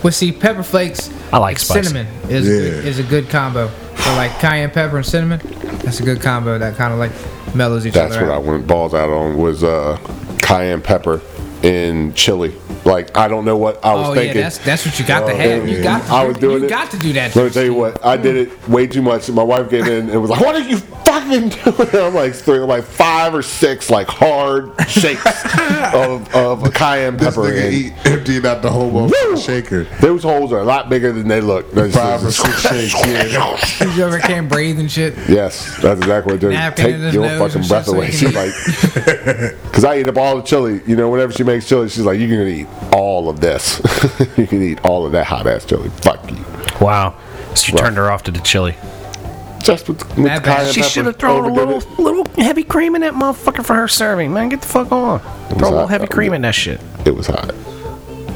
Speaker 4: Well, see, pepper flakes.
Speaker 1: I like
Speaker 4: and
Speaker 1: spicy.
Speaker 4: cinnamon is
Speaker 3: Yeah.
Speaker 4: is a good combo. So like cayenne pepper and cinnamon, that's a good combo. That kind of like mellows each
Speaker 2: That's
Speaker 4: other.
Speaker 2: what I
Speaker 4: out.
Speaker 2: went balls out on was uh, cayenne pepper in chili. Like I don't know what I was
Speaker 4: Oh yeah,
Speaker 2: thinking.
Speaker 4: that's that's what you got to have. You
Speaker 2: And
Speaker 4: got to.
Speaker 2: I
Speaker 4: do-
Speaker 2: was doing
Speaker 4: you
Speaker 2: it.
Speaker 4: got to do that.
Speaker 2: Let me tell you what, I did it way too much. My wife came in and was like, "What are you fucking doing?" *laughs* I'm like, three, like five or six, like hard shakes
Speaker 4: *laughs*
Speaker 2: of of a cayenne
Speaker 3: This
Speaker 2: pepper.
Speaker 3: nigga
Speaker 2: and
Speaker 3: eat emptying out the whole
Speaker 2: Woo!
Speaker 3: motherfucking shaker.
Speaker 2: Those holes are a lot bigger than they look. They're
Speaker 3: Five or
Speaker 2: just-
Speaker 3: six
Speaker 2: *laughs*
Speaker 3: shakes. Yeah.
Speaker 4: You ever can't breathe and shit.
Speaker 2: Yes, that's exactly what they're
Speaker 4: Napkin in
Speaker 2: Take
Speaker 4: his
Speaker 2: your
Speaker 4: nose
Speaker 2: fucking
Speaker 4: and
Speaker 2: breath
Speaker 4: shit so
Speaker 2: away.
Speaker 4: he can
Speaker 2: She's like,
Speaker 3: *laughs*
Speaker 2: because I eat up all the chili. You know, whenever she makes chili, she's like, you can eat all of this. *laughs* you can eat all of that hot ass chili. Fuck you.
Speaker 1: Wow. So you turned her off to the chili.
Speaker 2: Just with, with
Speaker 4: That bad.
Speaker 2: cayenne
Speaker 1: She
Speaker 2: pepper,
Speaker 1: should have thrown a
Speaker 2: overdid
Speaker 1: little
Speaker 2: it.
Speaker 1: little heavy cream in that motherfucker for her serving. Man, get the fuck on. Throw a little
Speaker 2: hot.
Speaker 1: heavy cream in that shit.
Speaker 2: It was hot.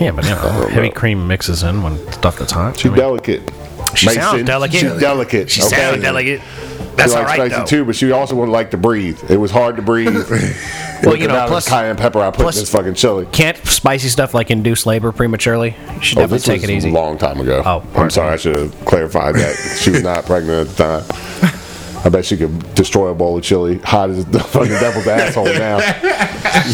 Speaker 1: Yeah, but
Speaker 2: *laughs*
Speaker 1: yeah,
Speaker 2: don't
Speaker 1: heavy
Speaker 2: know.
Speaker 1: cream mixes in when stuff that's hot.
Speaker 2: She
Speaker 1: I mean,
Speaker 2: delicate.
Speaker 1: She sounds delicate.
Speaker 2: She's delicate.
Speaker 1: she sounds
Speaker 2: okay?
Speaker 1: delicate.
Speaker 2: She
Speaker 1: That's all
Speaker 2: likes
Speaker 1: right
Speaker 2: spicy
Speaker 1: though.
Speaker 2: too, but she also wouldn't like to breathe. It was hard to breathe.
Speaker 1: *laughs* Well,
Speaker 2: well,
Speaker 1: you know, plus-
Speaker 2: cayenne pepper I put
Speaker 1: plus-
Speaker 2: in this fucking chili.
Speaker 1: Can't spicy stuff like induce labor prematurely. You should
Speaker 2: Oh,
Speaker 1: definitely
Speaker 2: this
Speaker 1: take
Speaker 2: was
Speaker 1: it easy.
Speaker 2: a long time ago.
Speaker 1: Oh,
Speaker 2: I'm
Speaker 1: pardon.
Speaker 2: sorry. I should have clarified that she was not pregnant at the time. I bet she could destroy a bowl of chili, hot as the fucking devil's asshole now.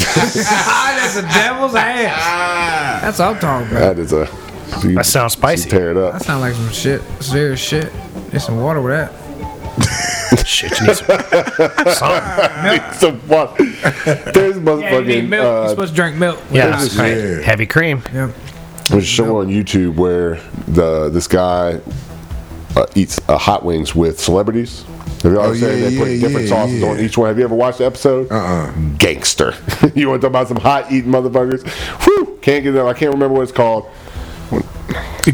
Speaker 4: Ah, that's a devil's ass. That's what I'm talking about.
Speaker 2: That is a. She,
Speaker 1: That sounds spicy.
Speaker 2: she Tear it
Speaker 4: That
Speaker 2: up.
Speaker 4: sound like some shit. Serious shit. Get some water with that.
Speaker 1: *laughs* Shit, you need
Speaker 2: *laughs*
Speaker 1: some. some.
Speaker 2: So fuck. There's
Speaker 4: you need
Speaker 2: motherfucking.
Speaker 4: milk. You're
Speaker 2: uh,
Speaker 4: supposed to drink milk.
Speaker 1: Yeah,
Speaker 3: This is
Speaker 1: right.
Speaker 3: weird.
Speaker 1: heavy cream.
Speaker 4: Yeah.
Speaker 2: There's a show on YouTube where the this guy uh, eats uh, hot wings with celebrities. Have you ever
Speaker 3: Oh,
Speaker 2: seen
Speaker 3: yeah,
Speaker 2: they put
Speaker 3: yeah,
Speaker 2: different
Speaker 3: yeah,
Speaker 2: sauces
Speaker 3: yeah.
Speaker 2: on each one? Have you ever watched the episode?
Speaker 3: Uh-uh.
Speaker 2: Gangster. *laughs* you want to talk about some hot eating motherfuckers? Whew, can't get them. I can't remember what it's called.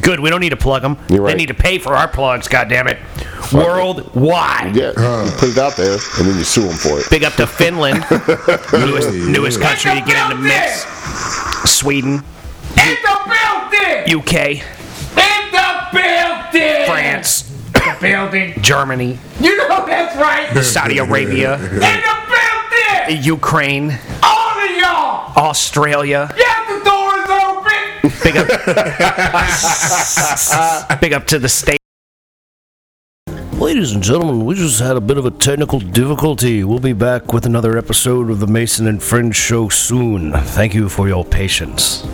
Speaker 1: Good. We don't need to plug them.
Speaker 2: You're right.
Speaker 1: They need to pay for our plugs. God damn it.
Speaker 2: it.
Speaker 1: Worldwide.
Speaker 2: Yeah,
Speaker 3: Uh.
Speaker 2: you put it out there and then you sue them for it.
Speaker 1: Big up to Finland, newest,
Speaker 3: Yeah.
Speaker 1: newest country to get in the mix. Sweden,
Speaker 5: In the building!
Speaker 1: UK,
Speaker 5: In the building!
Speaker 1: France,
Speaker 5: The building.
Speaker 1: Germany,
Speaker 5: You know that's right.
Speaker 1: Saudi
Speaker 4: *laughs*
Speaker 1: Arabia,
Speaker 5: In the building!
Speaker 1: Ukraine,
Speaker 5: All of y'all!
Speaker 4: *laughs*
Speaker 1: Australia.
Speaker 5: Yes, the door is open!
Speaker 1: Big up, big up to the state.
Speaker 6: Ladies and gentlemen, we just had a bit of a technical difficulty. We'll be back with another episode of the Mason and Friends show soon. Thank you for your patience.